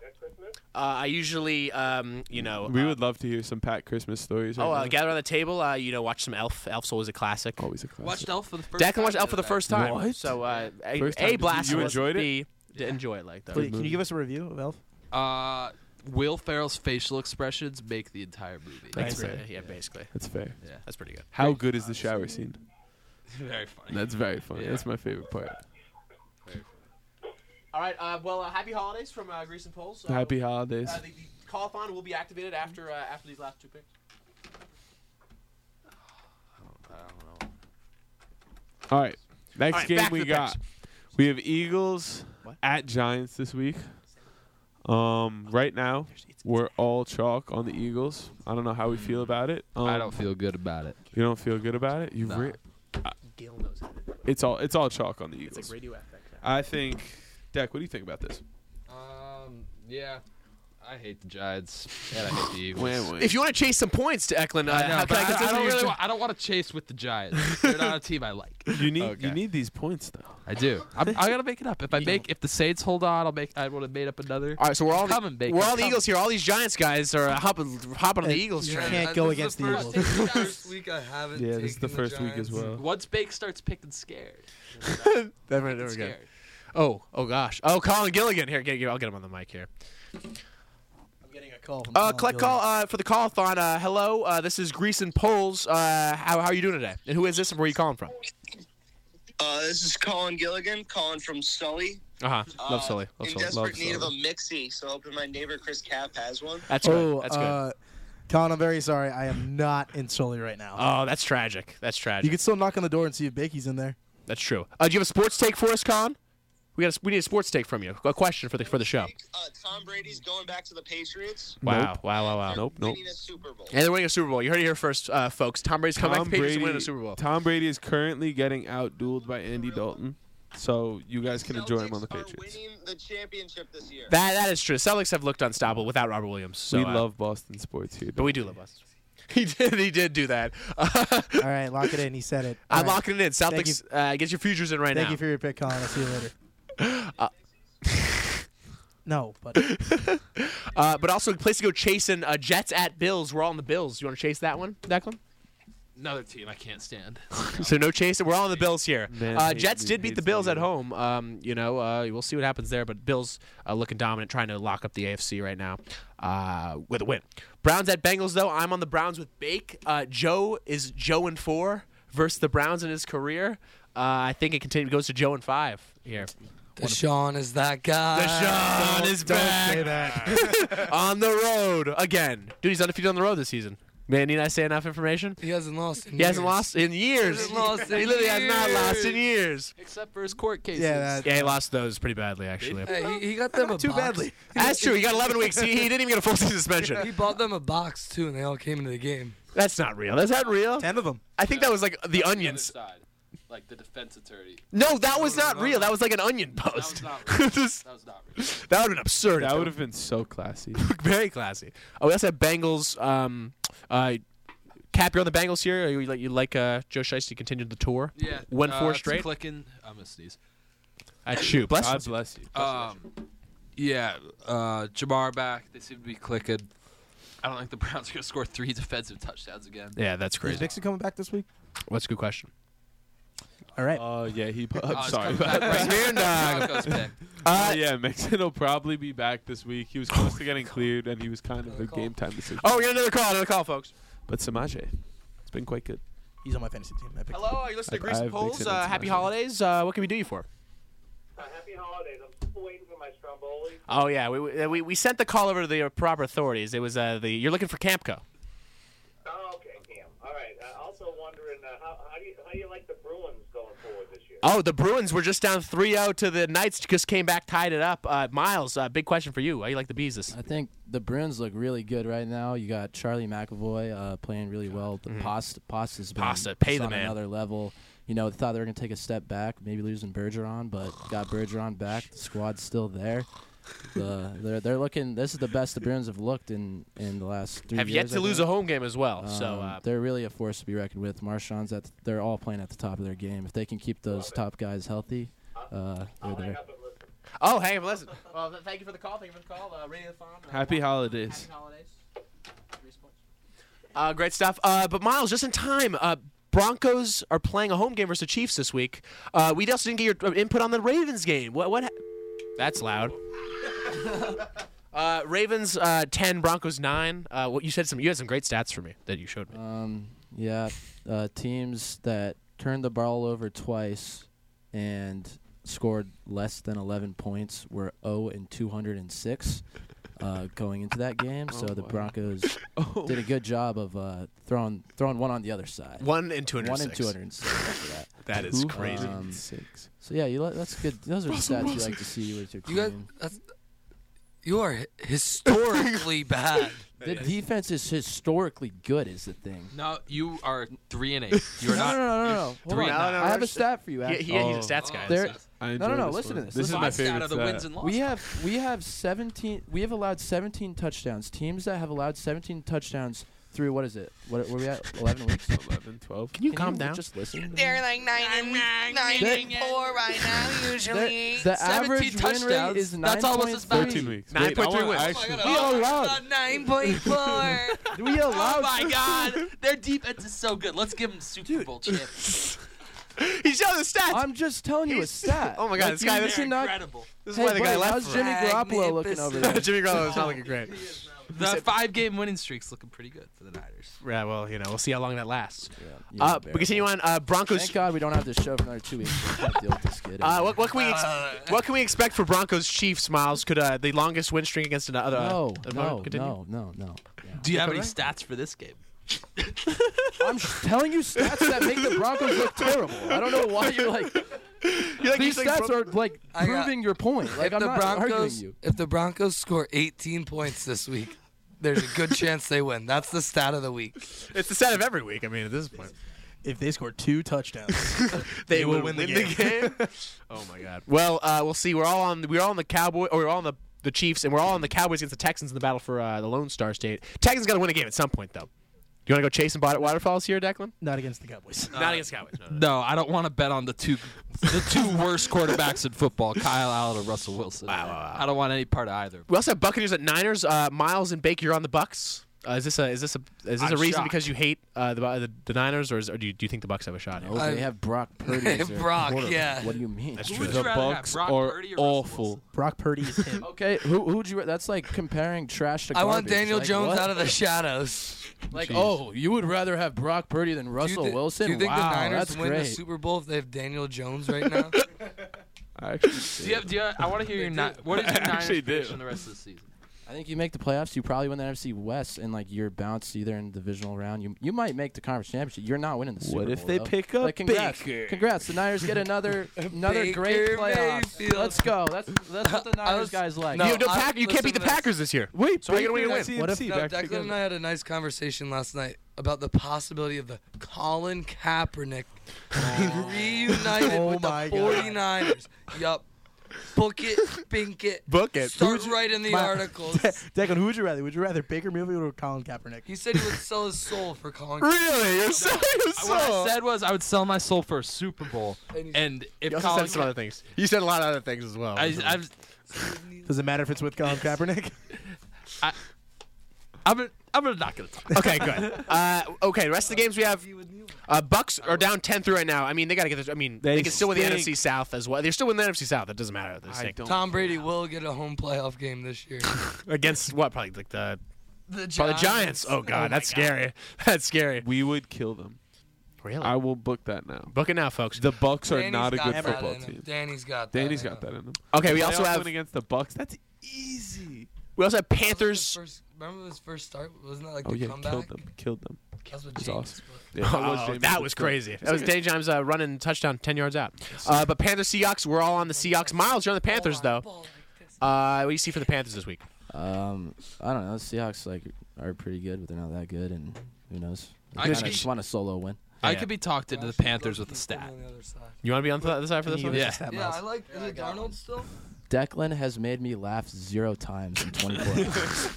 Uh, I usually, um, you know,
We
uh,
would love to hear some Pat Christmas stories.
Oh,
right
uh,
now.
gather around the table. Uh, you know, watch some Elf. Elf's always a classic.
Always a classic.
Watched Elf for the first.
Declan
time
watched Elf for the
today.
first time.
What?
So uh, a,
First time. Did
a
you-
blast.
you
was
enjoyed it?
B, to enjoy it like that.
Wait, can
movie.
you give us a review of Elf?
Uh, Will Ferrell's facial expressions make the entire movie.
That's
That's
pretty-
fair.
yeah, basically,
That's fair.
that's pretty good.
How good is the shower scene?
very funny.
That's very funny.
Yeah.
That's my favorite part.
All right. Uh, well, uh, happy holidays from uh, Grease and Poles. Uh,
Happy holidays.
Uh, the, the call-a-thon will be activated after uh, after these last two picks.
All right. Next
All right, back
game
to
we
the
got. We have Eagles at Giants this week. Um, right now we're all chalk on the Eagles. I don't know how we feel about it. Um,
I don't feel good about it.
You don't feel good about it. You.
No.
Re-
Gail knows it.
it's all. It's all chalk on the Eagles.
It's like radio effect.
I think. Deck, what do you think about this?
Um, yeah, I hate the Giants and I hate the Eagles.
If you want to chase some points, Declan, uh,
I know,
how
but
can I
I, I
consider
don't
you
really.
to-
Wa- I don't want to chase with the Giants. They're not a team I like.
you need
Okay.
you need these points though.
I do. I'm, I gotta make it up. If I make, if the Saints hold on, I'll make. I would have made up another.
All right, so we're all
Coming, Baker,
we're all the
coming.
Eagles here. All these Giants guys are uh, hopping hopping on the
Hey,
Eagles
you're
train.
can't
Uh,
go
this
against the
is the first,
Eagles.
first week I haven't.
Yeah, this is
taken
the first week as
Giants.
well.
Once Bake starts picking scared,
That might never get- Oh, oh gosh. Oh, Colin Gilligan here. Get, I'll get him on the mic here.
I'm getting a call.
Uh, collect call uh, for the call-a-thon. Uh, hello, uh, this is Grease and Poles. Uh, how, how are you doing today? And who is this? And where are you calling from?
Uh, this is Colin Gilligan calling from Sully.
Uh huh.
Uh,
Love Sully. Love
in
Sully.
desperate
Love
need of a mixie, so hoping my neighbor Chris Cap has one.
That's good.
Oh,
that's good.
uh, Colin, I'm very sorry. I am not in Sully right now.
oh, that's tragic. That's tragic.
you can still knock on the door and see if Bakey's in there.
that's true. Uh, do you have a sports take for us, Colin? We got. A, we need a sports take from you. A question for the for the show.
Uh, Tom Brady's going back to the Patriots.
Wow. Wow. Wow. Wow.
They're
Nope, nope.
Winning a Super Bowl.
And they're winning a Super Bowl. You heard it here first, uh, folks. Tom Brady's coming back to the Patriots and winning a Super Bowl.
Tom Brady is currently getting outdueled by Andy Dalton, so you guys can enjoy him on the
Celtics are
Patriots.
winning the championship this year.
That that is true. Celtics have looked unstoppable without Robert Williams. So,
we
uh,
love Boston sports here.
but we do love us. He did. He did do that.
All right, lock it in. He said it. All
I'm
right.
locking it in. Celtics, uh, get your futures in right
Thank
now.
you for your pick, Colin. I'll see you later. no, but
uh, but also, place to go chasing uh, Jets at Bills. We're all on the Bills. You want to chase that one, Declan?
another team I can't stand.
So no chasing. We're all on the Bills here.
Man
uh,
hates
Jets
me,
did beat the
hates
Bills
me.
at home. Um, you know, uh, we'll see what happens there. But Bills uh, looking dominant, trying to lock up the AFC right now uh, with a win. Browns at Bengals though. I'm on the Browns with Bake. Uh, Joe is Joe and four versus the Browns in his career. Uh, I think it continues goes to Joe and five here.
Deshaun is that guy.
Deshaun is back on the road again. Dude, he's undefeated on the road this season. Man, need I say enough information?
He hasn't lost. In
He hasn't lost in years.
Hasn't lost in
he literally has not lost in
years.
years.
Except for his court cases.
yeah, that,
Yeah, he lost those pretty badly, actually.
Hey, he, he got them a
too
box.
badly.
That's true. He got 11 weeks. He, he didn't even get a full season
He
suspension.
bought them a box too, and they all came into the game.
That's not real. That's not real.
ten of them.
I think that was like the onions.
Side. like the defense attorney.
No, that was not
no,
real.
no.
That was like an onion
That was
post.
not real.
Just-
that was not real.
that would have been absurd.
That would have been so classy.
very classy. Oh, we also have Bengals. Um, uh, Cap, you're on the Bengals here. You like you like uh, Joe Shiesty to continue the tour?
Yeah,
Won
uh,
four
it's
straight.
Clicking. I'm gonna sneeze.
I chew. Bless.
God
you.
bless you.
Uh,
Um, yeah, uh, Jamar back. They seem to be clicking. I don't think the Browns are gonna score three defensive touchdowns again.
Yeah, that's
Is
crazy.
Dixon coming back this week?
What's a good question?
All right.
Oh yeah, he.
Uh,
I'm
it's
sorry.
coming back right
Smear
now.
dog.
Broncos pick.
Uh, yeah, Mixon will probably be back this week. He was close to getting cleared, and he was kind of a game time decision.
Oh, we got another call. Another call, folks.
but Samaje, it's been quite good.
He's on my fantasy team. I picked
Hello, are Oh, you listening
I-
to
I
Greasy
have
Polls?
Dixon
Uh,
and
happy
Smash.
holidays. Uh, what can we do you for?
Uh, happy holidays. I'm still waiting for my Stromboli.
Oh yeah, we, we we- we sent the call over to the proper authorities. It was uh, the you're looking for Campco.
Oh, okay, Cam. All right. Uh, also wondering uh, how, how do you how do you like the Bruins going forward this year?
Oh, the Bruins were just down 3-0 to the Knights. Just came back, tied it up. Uh, Miles, uh, big question for you. How you like the bees this?
I think the Bruins look really good right now. You got Charlie McAvoy uh, playing really well. The pasta, pasta's been
Mm-hmm. Pasta,
just
pay the
on
man.
another level. You know, thought they were gonna take a step back, maybe losing Bergeron, but got Bergeron back. The squad's still there. The, they're they're looking. This is the best the Bruins have looked in in the last three.
Have yet
years,
to
I
lose a
think.
home game as well.
Um,
so uh,
they're really a force to be reckoned with. Marshawn's at. They're all playing at the top of their game. If they can keep those top guys healthy, uh, they're
I'll hang
there.
up and listen.
oh, hang on, listen. Well, th- thank you for the call. Thank you for the call. Uh, Radio Farm. Uh,
Happy holidays.
Happy holidays. Uh, great stuff. Uh, but Miles, just in time. Uh, Broncos are playing a home game versus the Chiefs this week. Uh, we also didn't get your uh, input on the Ravens game. What? What? Ha- That's loud. uh, Ravens uh, ten, Broncos nine. Uh, what you said some. You had some great stats for me that you showed me.
Um, yeah, uh, teams that turned the ball over twice and scored less than 11 points were 0 and 206 uh, going into that game. So the Broncos did a good job of uh, throwing throwing one on the other side.
One and two hundred.
One and 206 after that.
That is
Two
Uh,
crazy.
hundred and
Um,
six.
So yeah, you li- that's good. Those are the stats you like to see with your
You guys,
Mm-hmm.
team.
that's, you are hi- historically bad.
The defense is historically good, is the thing.
No, you are three and eight. You are
No,
not.
no, no, no, no. Hold
Three
on.
and nine.
I have a stat for you.
Yeah,
Actually.
he, he's
Oh.
a stats guy.
Oh,
There-
that's-
I
no,
enjoy
no, listen
one.
to this.
This is
Five
my
out
favorite.
of the
stat.
wins and losses.
We have we have 17 we have allowed 17 touchdowns. Teams that have allowed 17 touchdowns through what is it? What were we at? 11 weeks. Can
11, 12.
Can you calm down?
Just listen. to
They're
me?
like nine and nine and four right now usually.
The- the
17
average win rate
touchdowns?
is 9.
That's almost as bad.
13 weeks.
Nine
Wait, I
point three
wanna
wins.
actually-
We allowed.
Nine point four.
We allowed.
Oh my God! Their defense is so good. Let's give them Super Bowl champions.
he's showing the stats.
I'm just telling you a
He's-
stat.
Oh my God,
Like,
this
you
guy- this-
cannot-
Incredible.
this is
Hey,
why the guy
Blake,
left.
how's Jimmy Garoppolo looking over there?
Jimmy Garoppolo is not looking great.
The five-game winning streak's looking pretty good for the Niners.
Yeah, well, you know, we'll see how long that lasts.
Yeah,
uh, we continue on. Uh, Broncos.
Thank God we don't have this show for another two weeks. We can't deal with this kid
Uh,
anymore.
what, what can we ex- what can we expect for Broncos Chiefs? Miles could uh, the longest win streak against another.
no,
uh,
no,
continue?
no, no, no. Yeah.
Do you have any stats for this game?
I'm just telling you stats that make the Broncos look terrible. I don't know why you're like
You like
these
you think
stats
Bron-
are like
I got-
proving your point. Like
if
I'm
the
not arguing
Broncos,
you.
if the Broncos score 18 points this week, there's a good chance they win. That's the stat of the week.
It's the set of every week. I mean, at this point,
If they score two touchdowns,
they,
will win the
game. oh my God. Well, uh, we'll see. We're all on. We're all on the Cowboy, or we're all on the the Chiefs, and we're all on the Cowboys against the Texans in the battle for uh, the Lone Star State. Texans got to win a game at some point, though. You want to go chasing bot- waterfalls here, Declan? Uh,
not against the Cowboys.
Not against Cowboys. No, no, no.
No, I don't want to bet on the two the two worst quarterbacks in football, Kyle Allen or Russell Wilson.
Wow, wow, wow.
I don't want any part of either.
We also have Buccaneers at Niners. Uh, Miles and Baker on the Bucks. Uh, is this a is this a is this
I'm
a reason
shocked.
because you hate uh, the, the the Niners, or, is, or do you do you think the Bucks have a shot? here?
Oh, they
I-
have Brock Purdy. as their
Brock,
quarterback.
yeah.
What do you mean?
That's
Who
true.
would
The
you rather have,
Bucks
Brock
are
Purdy or Russell
awful.
Wilson?
Brock Purdy is him.
Okay, who who would you? That's like comparing trash to.
I
Garbage.
want Daniel
like,
Jones
what?
out of the shadows.
Like, oh, you would rather have Brock Purdy than Russell
do you thi-
Wilson?
Do you think
wow,
the Niners
that's
win
great.
the Super Bowl if they have Daniel Jones right now?
I actually
Do you have, do you have, I want to hear your ni- what is your
I actually
Niners
do.
prediction the rest of the season?
I think you make the playoffs. You probably win the NFC West, and like you're bounced either in the divisional round. You you might make the conference championship. You're not winning the Super
What
Bowl.
if they
though.
pick up
like, congrats.
Baker?
Congrats. The Niners get another another great
Baker
playoffs.
Mayfield.
Let's go. That's that's what the Niners guys like.
you, don't pack, you can't beat the Packers Uh, this year.
Wait,
So how you gonna win?
What
What
if
if-
No, Declan and I had a nice conversation last night about the possibility of the Colin Kaepernick reunited
Oh
with the
my God.
49ers. yup. Book it, bink it.
Book it.
Start writing the
my-
articles.
Declan, who would you rather? Would you rather Baker Mayfield or Colin Kaepernick?
He said he would sell his soul for Colin Kaepernick.
Really? You're so, you're
What I
so.
said was I would sell my soul for a Super Bowl,
And you-
and if
You also
Colin,
said some other things. You said a lot of other things as well.
I, I've,
Does it matter if it's with Colin Kaepernick?
I'm, I'm not gonna talk.
okay, good. Uh, okay, the rest of the games we have. Uh, Bucks are down 10 through right now. I mean, they got to get this. I mean, they,
They
can still win the
stink.
NFC South as well. They're still in the NFC South. It doesn't matter. They're
I
stink.
don't.
Tom Brady will get a home playoff game this year.
Against what? Probably like the
the Giants.
probably the Giants. Oh god, that's scary. That's scary.
We would kill them.
Really?
I will book that now.
Book it now, folks.
The Bucks are
Danny's
not a
got
good
that
football
in him.
team.
Danny's got that.
Danny's
in
got
him.
that in him.
Okay, we also
Playoff
have
win against the Bucks. That's easy.
we also have
That was his
Panthers.
first- Remember his first start? Wasn't that like
Oh
the
yeah,
comeback?
killed them. Killed them.
That's what
It was
James
awesome.
was.
Yeah,
Oh,
James
that was
Winston.
crazy. That was Danny James uh, running touchdown ten yards out. Uh, but Panthers Seahawks. We're all on the Seahawks. Miles, you're on the Panthers though. Uh, what do you see for the Panthers this week?
Um, I don't know. The Seahawks like are pretty good, but they're not that good, and who knows?
I
I
could
kinda
be-
just want a solo win.
I
Yeah.
could be talked into the Panthers with a stat.
You want to be on the other side for this one?
Yeah.
Yeah, I like. Is it Darnold still?
Declan has made me laugh zero times in 24 hours.
Is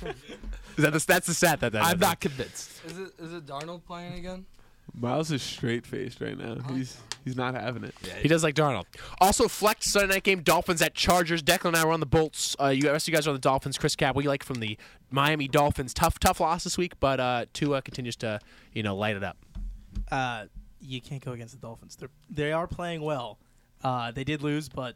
that the, that's the stat that that
I'm not convinced.
Is it is it Darnold playing again?
Miles is straight faced right now. He's he's not having it.
He does like Darnold. Also, flex Sunday night game Dolphins at Chargers. Declan and I were on the Bolts. Uh, you the rest of you guys are on the Dolphins. Chris Cap, what do you like from the Miami Dolphins? Tough, tough loss this week, but uh, Tua continues to you know light it up.
Uh, you can't go against the Dolphins. They're they are playing well. Uh, they did lose, but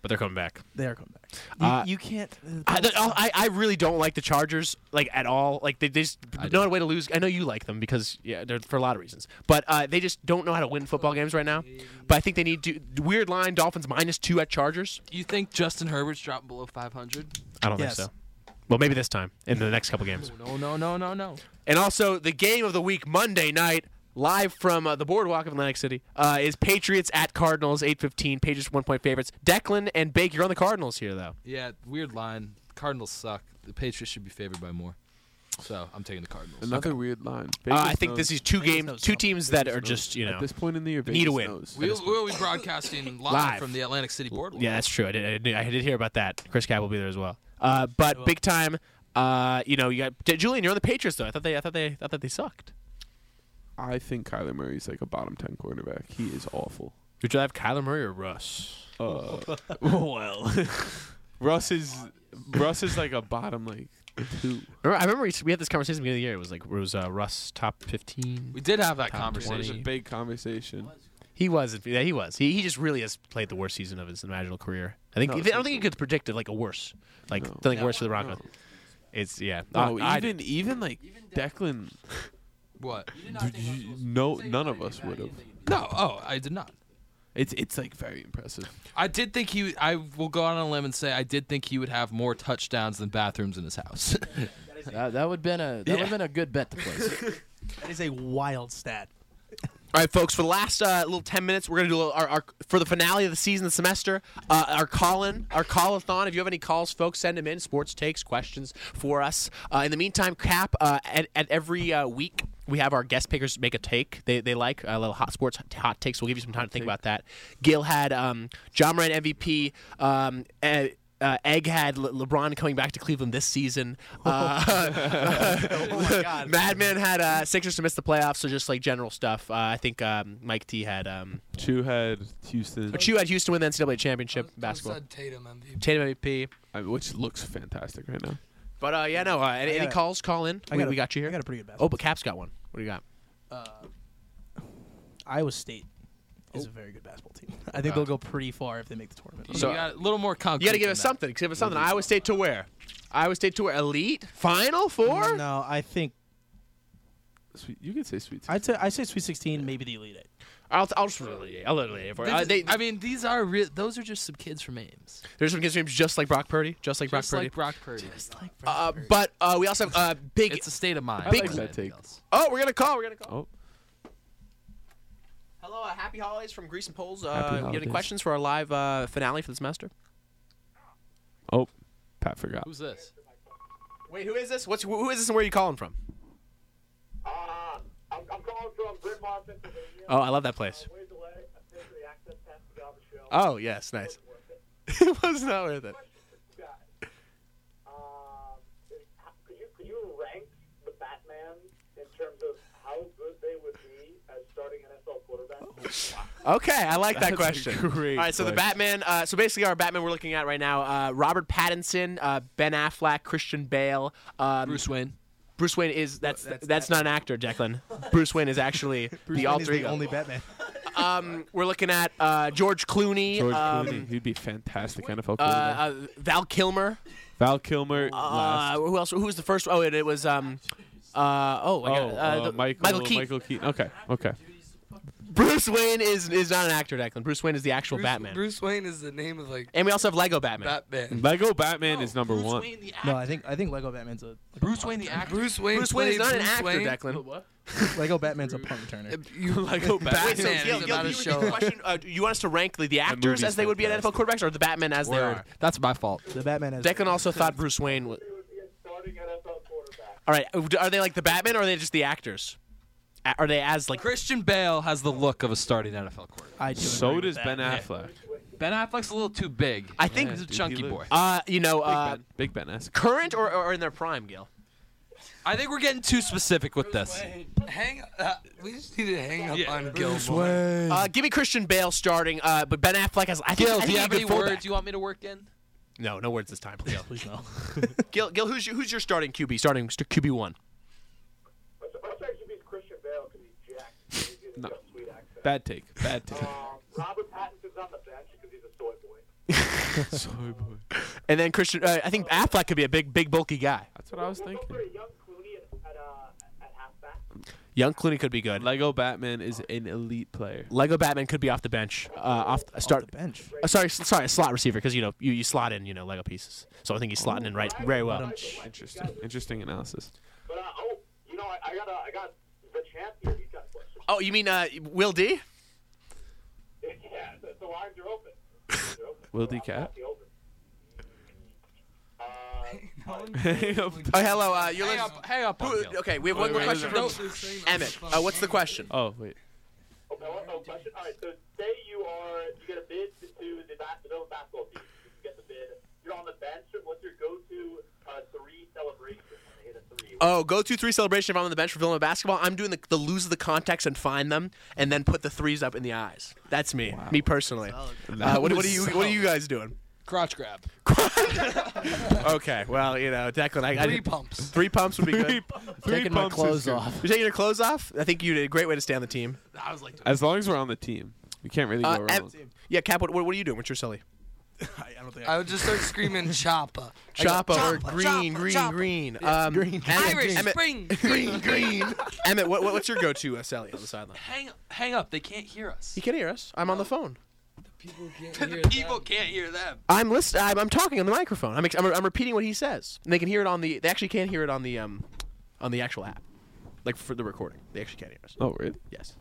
But they're coming back.
they are coming back. You,
Uh,
you can't.
I, th- I, I really don't like the Chargers like at all. Like they, they just no way to lose. I know you like them because yeah, they're for a lot of reasons. But uh, they just don't know how to win football games right now. But I think they need to weird line Dolphins minus two at Chargers.
You think Justin Herbert's dropping below 500?
I don't
Yes.
think so. Well, maybe this time in the next couple games.
No, no, no, no, no.
And also the game of the week Monday night, live from uh, the boardwalk of Atlantic City, uh, is Patriots at Cardinals, eight fifteen. Patriots one point favorites. Declan and Baker you're on the Cardinals here though.
Yeah, weird line. Cardinals suck. The Patriots should be favored by more. So I'm taking the Cardinals.
Another weird line.
Uh,
Vegas
I think this
knows.
is two
Vegas
games,
knows
two
something.
teams that
Vegas
are
knows.
just you know.
at this point in the year. Vegas
need a win.
knows.
We will be broadcasting live,
Live.
from the Atlantic City boardwalk.
Yeah, that's true. I did, I did, I did hear about that. Chris Cap will be there as well. Uh, but
will.
big time, uh, you know, you got D- Julian. You're on the Patriots though. I thought they, I thought they, I thought they sucked.
I think Kyler Murray's like a bottom ten quarterback. He is awful.
Would you have Kyler Murray or Russ?
Uh, well, Russ is Russ is like a bottom like two.
Remember, I remember we, we had this conversation at the beginning of the year. It was like it was uh, Russ top fifteen.
We did have that
Top
It was a
conversation.
20.
big conversation.
He was, yeah, he was. He, he just really has played the worst season of his imaginable career. I think
No,
I
it's
don't think you could predict it like a worse, like
No.
something worse for the
No.
Broncos. It's yeah.
No,
I- I
even even like Declan,
What?
you- no, none of us would have.
No, oh, I did not.
It's it's like very impressive.
I did think he. I will go out on a limb and say I did think he would have more touchdowns than bathrooms in his house.
That, that would been a that would
Yeah.
have been a good bet to place.
that is a wild stat.
All right, folks. For the last uh, little ten minutes, we're gonna do a little- our, our for the finale of the season, the semester. Uh, our call-in, our call-a-thon. If you have any calls, folks, send them in. Sports takes, questions for us. Uh, in the meantime, Cap. Uh, at, at every uh, week, we have our guest pickers make a take they, they like a little hot sports hot takes. We'll give you some time to think about that. Gil had um, John Moran MVP. Um, eh, uh, Egg had Le- LeBron coming back to Cleveland this season. Uh, Madman had uh, Sixers to miss the playoffs, so just like general stuff. Uh, I think um, Mike T had. Um,
Chu had Houston,
or Chu had Houston win the NCAA championship
Oh,
Who
basketball.
Said Tatum MVP.
Tatum MVP.
I mean, which looks fantastic right now.
But uh, yeah, no. Uh, any,
I got
any
a-
calls? Call in.
I
we,
got a-
we got
I
you here.
got a pretty good bet.
oh, but Cap's got one. What do you got?
Iowa State is a very good basketball team. I think they'll go pretty far if they make the tournament.
You
So-
got a little more concrete.
You got to give
than
us
that.
something. Give us something. Iowa State
Mm,
to where? Iowa State to where? Elite? Final four?
No, I think
Sweet, you could say sweet.
I'd say I say Sweet 16, maybe the Elite Eight.
I'll I'll just really I'll literally for
This
uh,
is-
they,
I mean, these are re- those are just some kids from Ames,
there's some kids named just like Brock Purdy, just like
just
Brock
like
Purdy.
Brock Purdy.
uh, but uh, we also have uh, big.
it's a state of mind.
Big-
more than
that take.
anything else.
oh, we're gonna call. We're gonna call.
Oh,
Hello, uh, happy holidays from Grease and Poles.
Happy
Uh, you have any
holidays.
questions for our live uh, finale for the semester?
oh, Pat forgot.
Who's this?
Wait, who is this? What's who is this and where are you calling from?
Uh, I'm, I'm calling from Brentmore, Pennsylvania. Uh,
Oh, I love that place.
Way delay. I paid for the access pass to get on the show.
Oh, yes, nice.
Wasn't worth it.
it was not worth it.
guys. Um, is- how- could you could you rank the Batman in terms of how good they would be as starting NFL quarterback?
Okay, I like that
That's a
question.
great
All right, so the
question.
Batman. Uh, so basically, our Batman we're looking at right now: uh, Robert Pattinson, uh, Ben Affleck, Christian Bale. Um,
Bruce Wayne.
Bruce Wayne is that's that's, not an actor, Declan. Bruce Wayne is actually the alter ego.
only Batman.
um, we're looking at uh, George Clooney,
George
um,
Clooney, he'd be fantastic NFL
Uh,
quarterback.
uh, Val Kilmer.
Val Kilmer
Uh,
last.
who else? Who was the first? Oh, it, it was um, uh, oh, I
Oh,
got- uh,
uh,
the-
Michael,
Michael Keaton.
Keaton. Okay, okay.
Bruce Wayne is is not an actor, Declan. Bruce Wayne is the actual
Bruce,
Batman.
Bruce Wayne is the name of like
And we also have Lego Batman.
Batman.
Lego Batman is number one.
No, I think I think Lego Batman's a
Bruce Wayne the actor.
Bruce Wayne.
Bruce Wayne is
played
not an
Bruce
actor,
Wayne.
Declan. What?
Lego Batman's a punt returner.
You Lego
Wait, so
Batman
Gil,
is
Gil,
about
can
to
you repeat
show
the
up.
question? Uh, do you want us to rank the, the actors
movie's
as they would be at NFL quarterbacks, or the Batman as they are?
That's my fault.
The Batman has
Declan also thought Bruce Wayne was.
Who would be a starting NFL quarterback?
All right, uh, are they like the Batman, or are they just the actors? A- Are they as like?
Christian Bale has the look of a starting NFL quarterback.
I do
So
agree with
does
that.
Ben Affleck.
Ben Affleck's a little too big.
I think-
he's a
Dude, he
chunky boy.
looks-
Uh, you know, uh,
Big Ben esque.
current or, or in their prime, Gil.
I think we're getting too specific with this.
Hang. Uh, we just need to hang up
Yeah.
on Gilmore.
Uh, give me Christian Bale starting, uh, but Ben Affleck has. I think,
Gil,
I
do
think
you have
he's a
any
good
words
fullback.
you want me to work in?
No, no words this time, Gil.
Please no.
Gil, Gil, who's your, who's your starting QB? Starting st- QB one.
Let's let's actually be Christian Bale because he's jacked. He's he's
No.
got a sweet accent.
Bad take. Bad take.
Um, Robert Pattinson's on the bench because he's a soy boy.
Sorry, boy.
And then Christian, uh, I think Affleck could be a big, big, bulky guy.
That's what I was
We'll go
thinking.
for a young Clooney at, at, uh, at halfback.
Young Clooney could be good.
Lego Batman is an elite player.
Lego Batman could be off the bench, uh, off a start.
Off the bench.
uh, sorry, s- sorry, a slot receiver because you know you, you slot in you know Lego pieces. So I think he's slotting in right
Oh.
very well.
Interesting. Interesting analysis.
But uh, oh, you know, I, I got uh, I got the champ here. He's got a question.
Oh, you mean uh, Will D?
yeah, the, the lines are open. They're open.
Will
They're
D. Cat?
absolutely open. Uh,
Oh, hello. Uh, you're
Hang
listening-
up, hang up on
Who-
Gil.
okay, we have one
Wait,
more
wait,
question
wait,
from Emmett. Uh, what's the question?
Oh wait.
Oh, oh, oh, question. All right. So say you are you get a bid to, to the bas- the Villanova basketball team. You get the bid. You're on the bench. What's your go-to uh, three celebration? When they hit a three.
Oh, go to three celebration if I'm on the bench for Villanova basketball. I'm doing the, the lose the contacts and find them, and then put the threes up in the eyes. That's me, me personally. Uh, what, what are you What are you guys doing?
Crotch grab.
Okay, well you know Declan, I, I
Three
did-
pumps.
three pumps would be good.
Taking my
pumps is
clothes
good.
off.
You're taking your clothes off. I think you did a great way to stay on the team.
I was like,
As long as we're on the team, we can't really go
Uh,
wrong.
Em- yeah, Cap. What, what are you doing? What's your silly?
I would just start screaming Choppa.
Choppa, or
Choppa, Choppa,
green, green,
Choppa.
green. Um, green.
Irish
spring. Green, green. Emmett, what, what, what's your go-to uh, Sally on the sideline?
hang, hang up. They can't hear us.
He can hear us. I'm on the phone.
People can't hear
People can't hear them.
I'm listening. I'm, I'm talking on the microphone. I'm, ex- I'm, I'm repeating what he says. And they can hear it on the. They actually can't hear it on the um, on the actual app, like for the recording. They actually can't hear us.
Oh really?
Yes,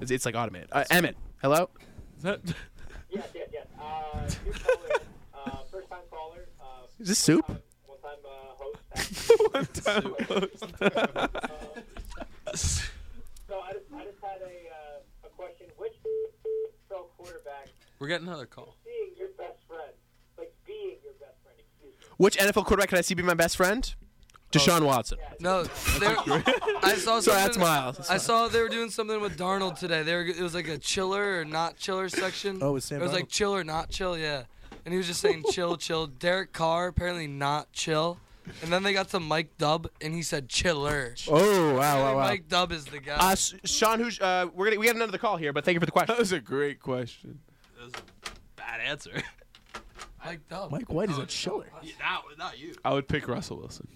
it's, it's like automated. Uh, Emmett, hello.
Is that
Yes, yes, yes. Uh, new caller, uh, first time caller. Uh,
Is this soup?
one time uh, host. actually.
one time post?
So I just, I just had a, uh, a question. Which NFL quarterback
We're getting another call.
being your best friend, like being your best friend, excuse me.
Which NFL quarterback can I see be my best friend? Deshaun Watson.
No, they're- I saw.
Sorry, that's
something-
Miles.
I saw they were doing something with Darnold today. They were, it was like a chiller or not chiller section.
Oh, with Sam
It was
Darnold?
like chill or not chill, yeah. And he was just saying chill, chill. Derek Carr apparently not chill. And then they got to Mike Dubb and he said chiller.
Oh wow wow wow.
Mike Dubb is the guy.
Uh, S- Sean, who's uh, we're gonna we have another call here, but thank you for the question.
That was a great question.
Bad answer.
Mike
Oh,
Dubb.
Mike White is a chiller.
not, not you.
I would pick Russell Wilson.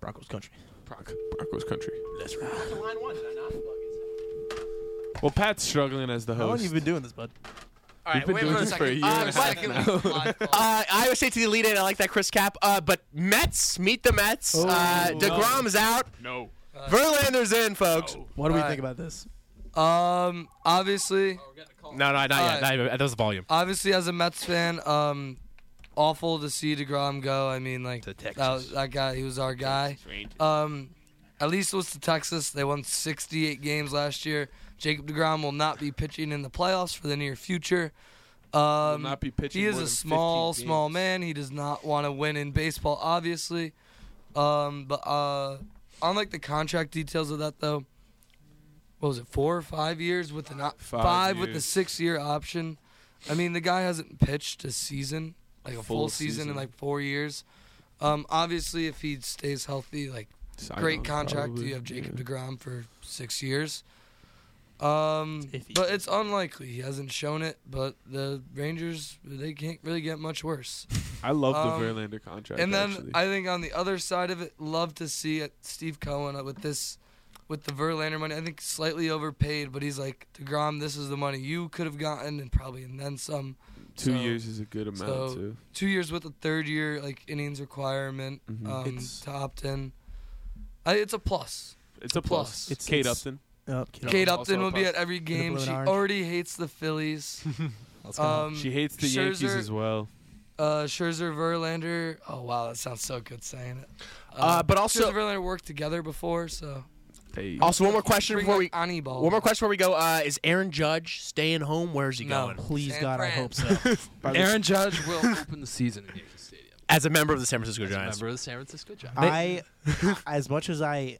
Broncos country.
Broncos country.
That's right. Line one, did I not?
Well, Pat's struggling as the host.
How long have you been doing this, bud?
All
We've been doing this for a year and a half
but,
now.
uh, Iowa State to the lead in. I like that Chris Cap. Uh, but Mets meet the Mets. uh, Degrom's out.
No.
Verlander's in, folks.
What do we
All
think
right.
about this?
Um, obviously,
No, no, not yet.
Alright.
Not yet. That was volume.
obviously, as a Mets fan, um, awful to see Degrom go. I mean, like
To Texas.
that, was- that guy, he was our guy. Um, at least it was to Texas. They won 68 games last year. Jacob Degrom will not be pitching in the playoffs for the near future. Um,
not be pitching
He is
more
a
than
small,
15
small
games.
man. He does not want to win in baseball, obviously. Um, but uh, on like the contract details of that though, what was it, four or five years with an op-
Five
five, with the
years.
six-year option? I mean, the guy hasn't pitched a season, like a full,
Full
season,
season.
in like four years. Um, obviously, if he stays healthy, like
Cy
great
Young,
contract.
probably.
You have Jacob
Yeah.
Degrom for six years. Um,
It's iffy.
but it's unlikely. He hasn't shown it. But the Rangers, they can't really get much worse.
I love
Um,
the Verlander contract.
and then
actually.
I think on the other side of it, love to see it, Steve Cohen uh, with this, with the Verlander money. I think slightly overpaid, but he's like Degrom. This is the money you could have gotten, and probably and then some.
two
so-
years is a good amount
so-
too.
Two years with a third year like innings requirement
Mhm.
um,
It's-
to opt in. I, it's a plus.
It's a
plus.
plus.
plus.
It's
It's-
Kate
it's-
Upton.
Oh,
Kate
also
Upton
a
will be at
plus.
every game.
blue
She
and orange.
already hates the Phillies. um,
She hates the Yankees
Scherzer-
as well.
uh, Scherzer, Verlander. Oh wow, that sounds so good saying it.
Uh, but
Scherzer,
also,
Verlander worked together before, so.
They-
also one more question
Bring
before we.
back Ani Ball.
One more question before we go. Uh, is Aaron Judge staying home? Where's he
No.
going?
Please
San
God, I
Fran.
hope so.
by the-
Aaron Judge will open the season in Yankee Stadium.
As a member of the San Francisco
As a
Giants.
member of the San Francisco Giants.
I, as much as I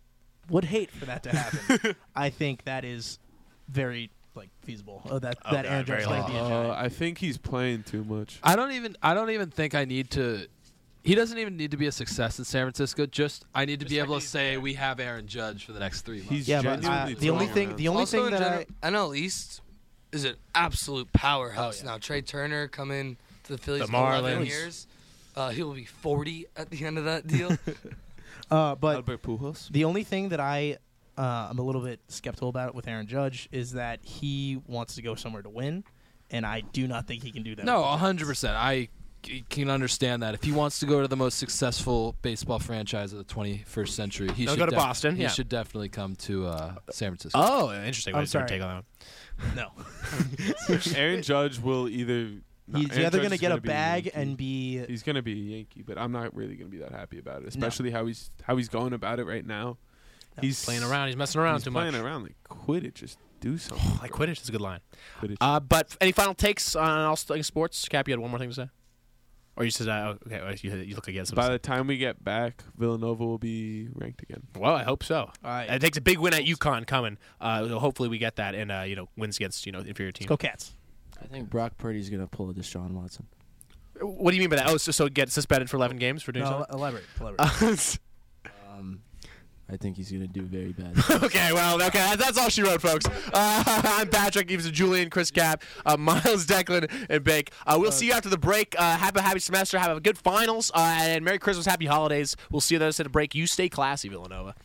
would hate for that to happen, I think that is very like feasible. Oh, that
Oh,
that
God,
Aaron Judge
very
might
long.
be a
Uh,
Giant.
I think he's playing too much.
I don't even I don't even think I need to he doesn't even need to be a success in San Francisco. Just I need to be able to say we have Aaron Judge for the next three months.
He's
yeah, but uh,
genuinely
the only
tall,
thing
man.
the only
also,
thing
in
that
general,
I
NL East is an absolute powerhouse
Oh, yeah.
now. Trey Turner coming to the Phillies
The
for 11
Marlins.
years. Uh, he will be 40 at the end of that deal.
uh, but
Albert Pujols.
The only thing that I uh, I'm a little bit skeptical about with Aaron Judge is that he wants to go somewhere to win, and I do not think he can do that.
No,
with the
hundred
Giants.
percent. I c- can understand that. If he wants to go to the most successful baseball franchise of the 21st century, he
They'll
should
go to Boston,
He
yeah.
should definitely come to uh, San Francisco.
Oh, interesting.
I'm
Wait, sorry.
sorry.
Take on that one.
No,
Aaron Judge will either. nah,
he's
Aaron
either
Judge
going to
is
get a
be E
bag
Yankee.
and be
He's gonna be a Yankee, but I'm not really gonna be that happy about it, especially how he's how he's going about it right now. He's
Playing around. He's messing around
He's
too
playing
much.
around. Like quit it. Just do something.
Like Quidditch is a good line.
Quidditch.
Uh, but any final takes on all things sports? Cap, you had one more thing to say, or you said, uh, okay, well, you, you look like you had something.
By
to
the time we get back, Villanova will be ranked again.
say. well, I hope so.
right.
It takes a big win at UConn coming. Uh, hopefully, we get that and uh, you know wins against you know inferior teams.
go Cats.
I think Brock Purdy's gonna pull a Deshaun Watson.
What do you mean by that? Oh, so, so get suspended for eleven games for doing
No, elaborate. elaborate.
something.
Um, I think he's gonna do very bad.
okay, well, okay, that- that's all she wrote, folks. Uh, I'm Patrick. He was Julian, Chris Cap, uh, Miles Declan, and Bake. Uh, we'll see you after the break. Uh, have a happy semester. Have a good finals, uh, and Merry Christmas, Happy Holidays. We'll see you those at the break. You stay classy, Villanova.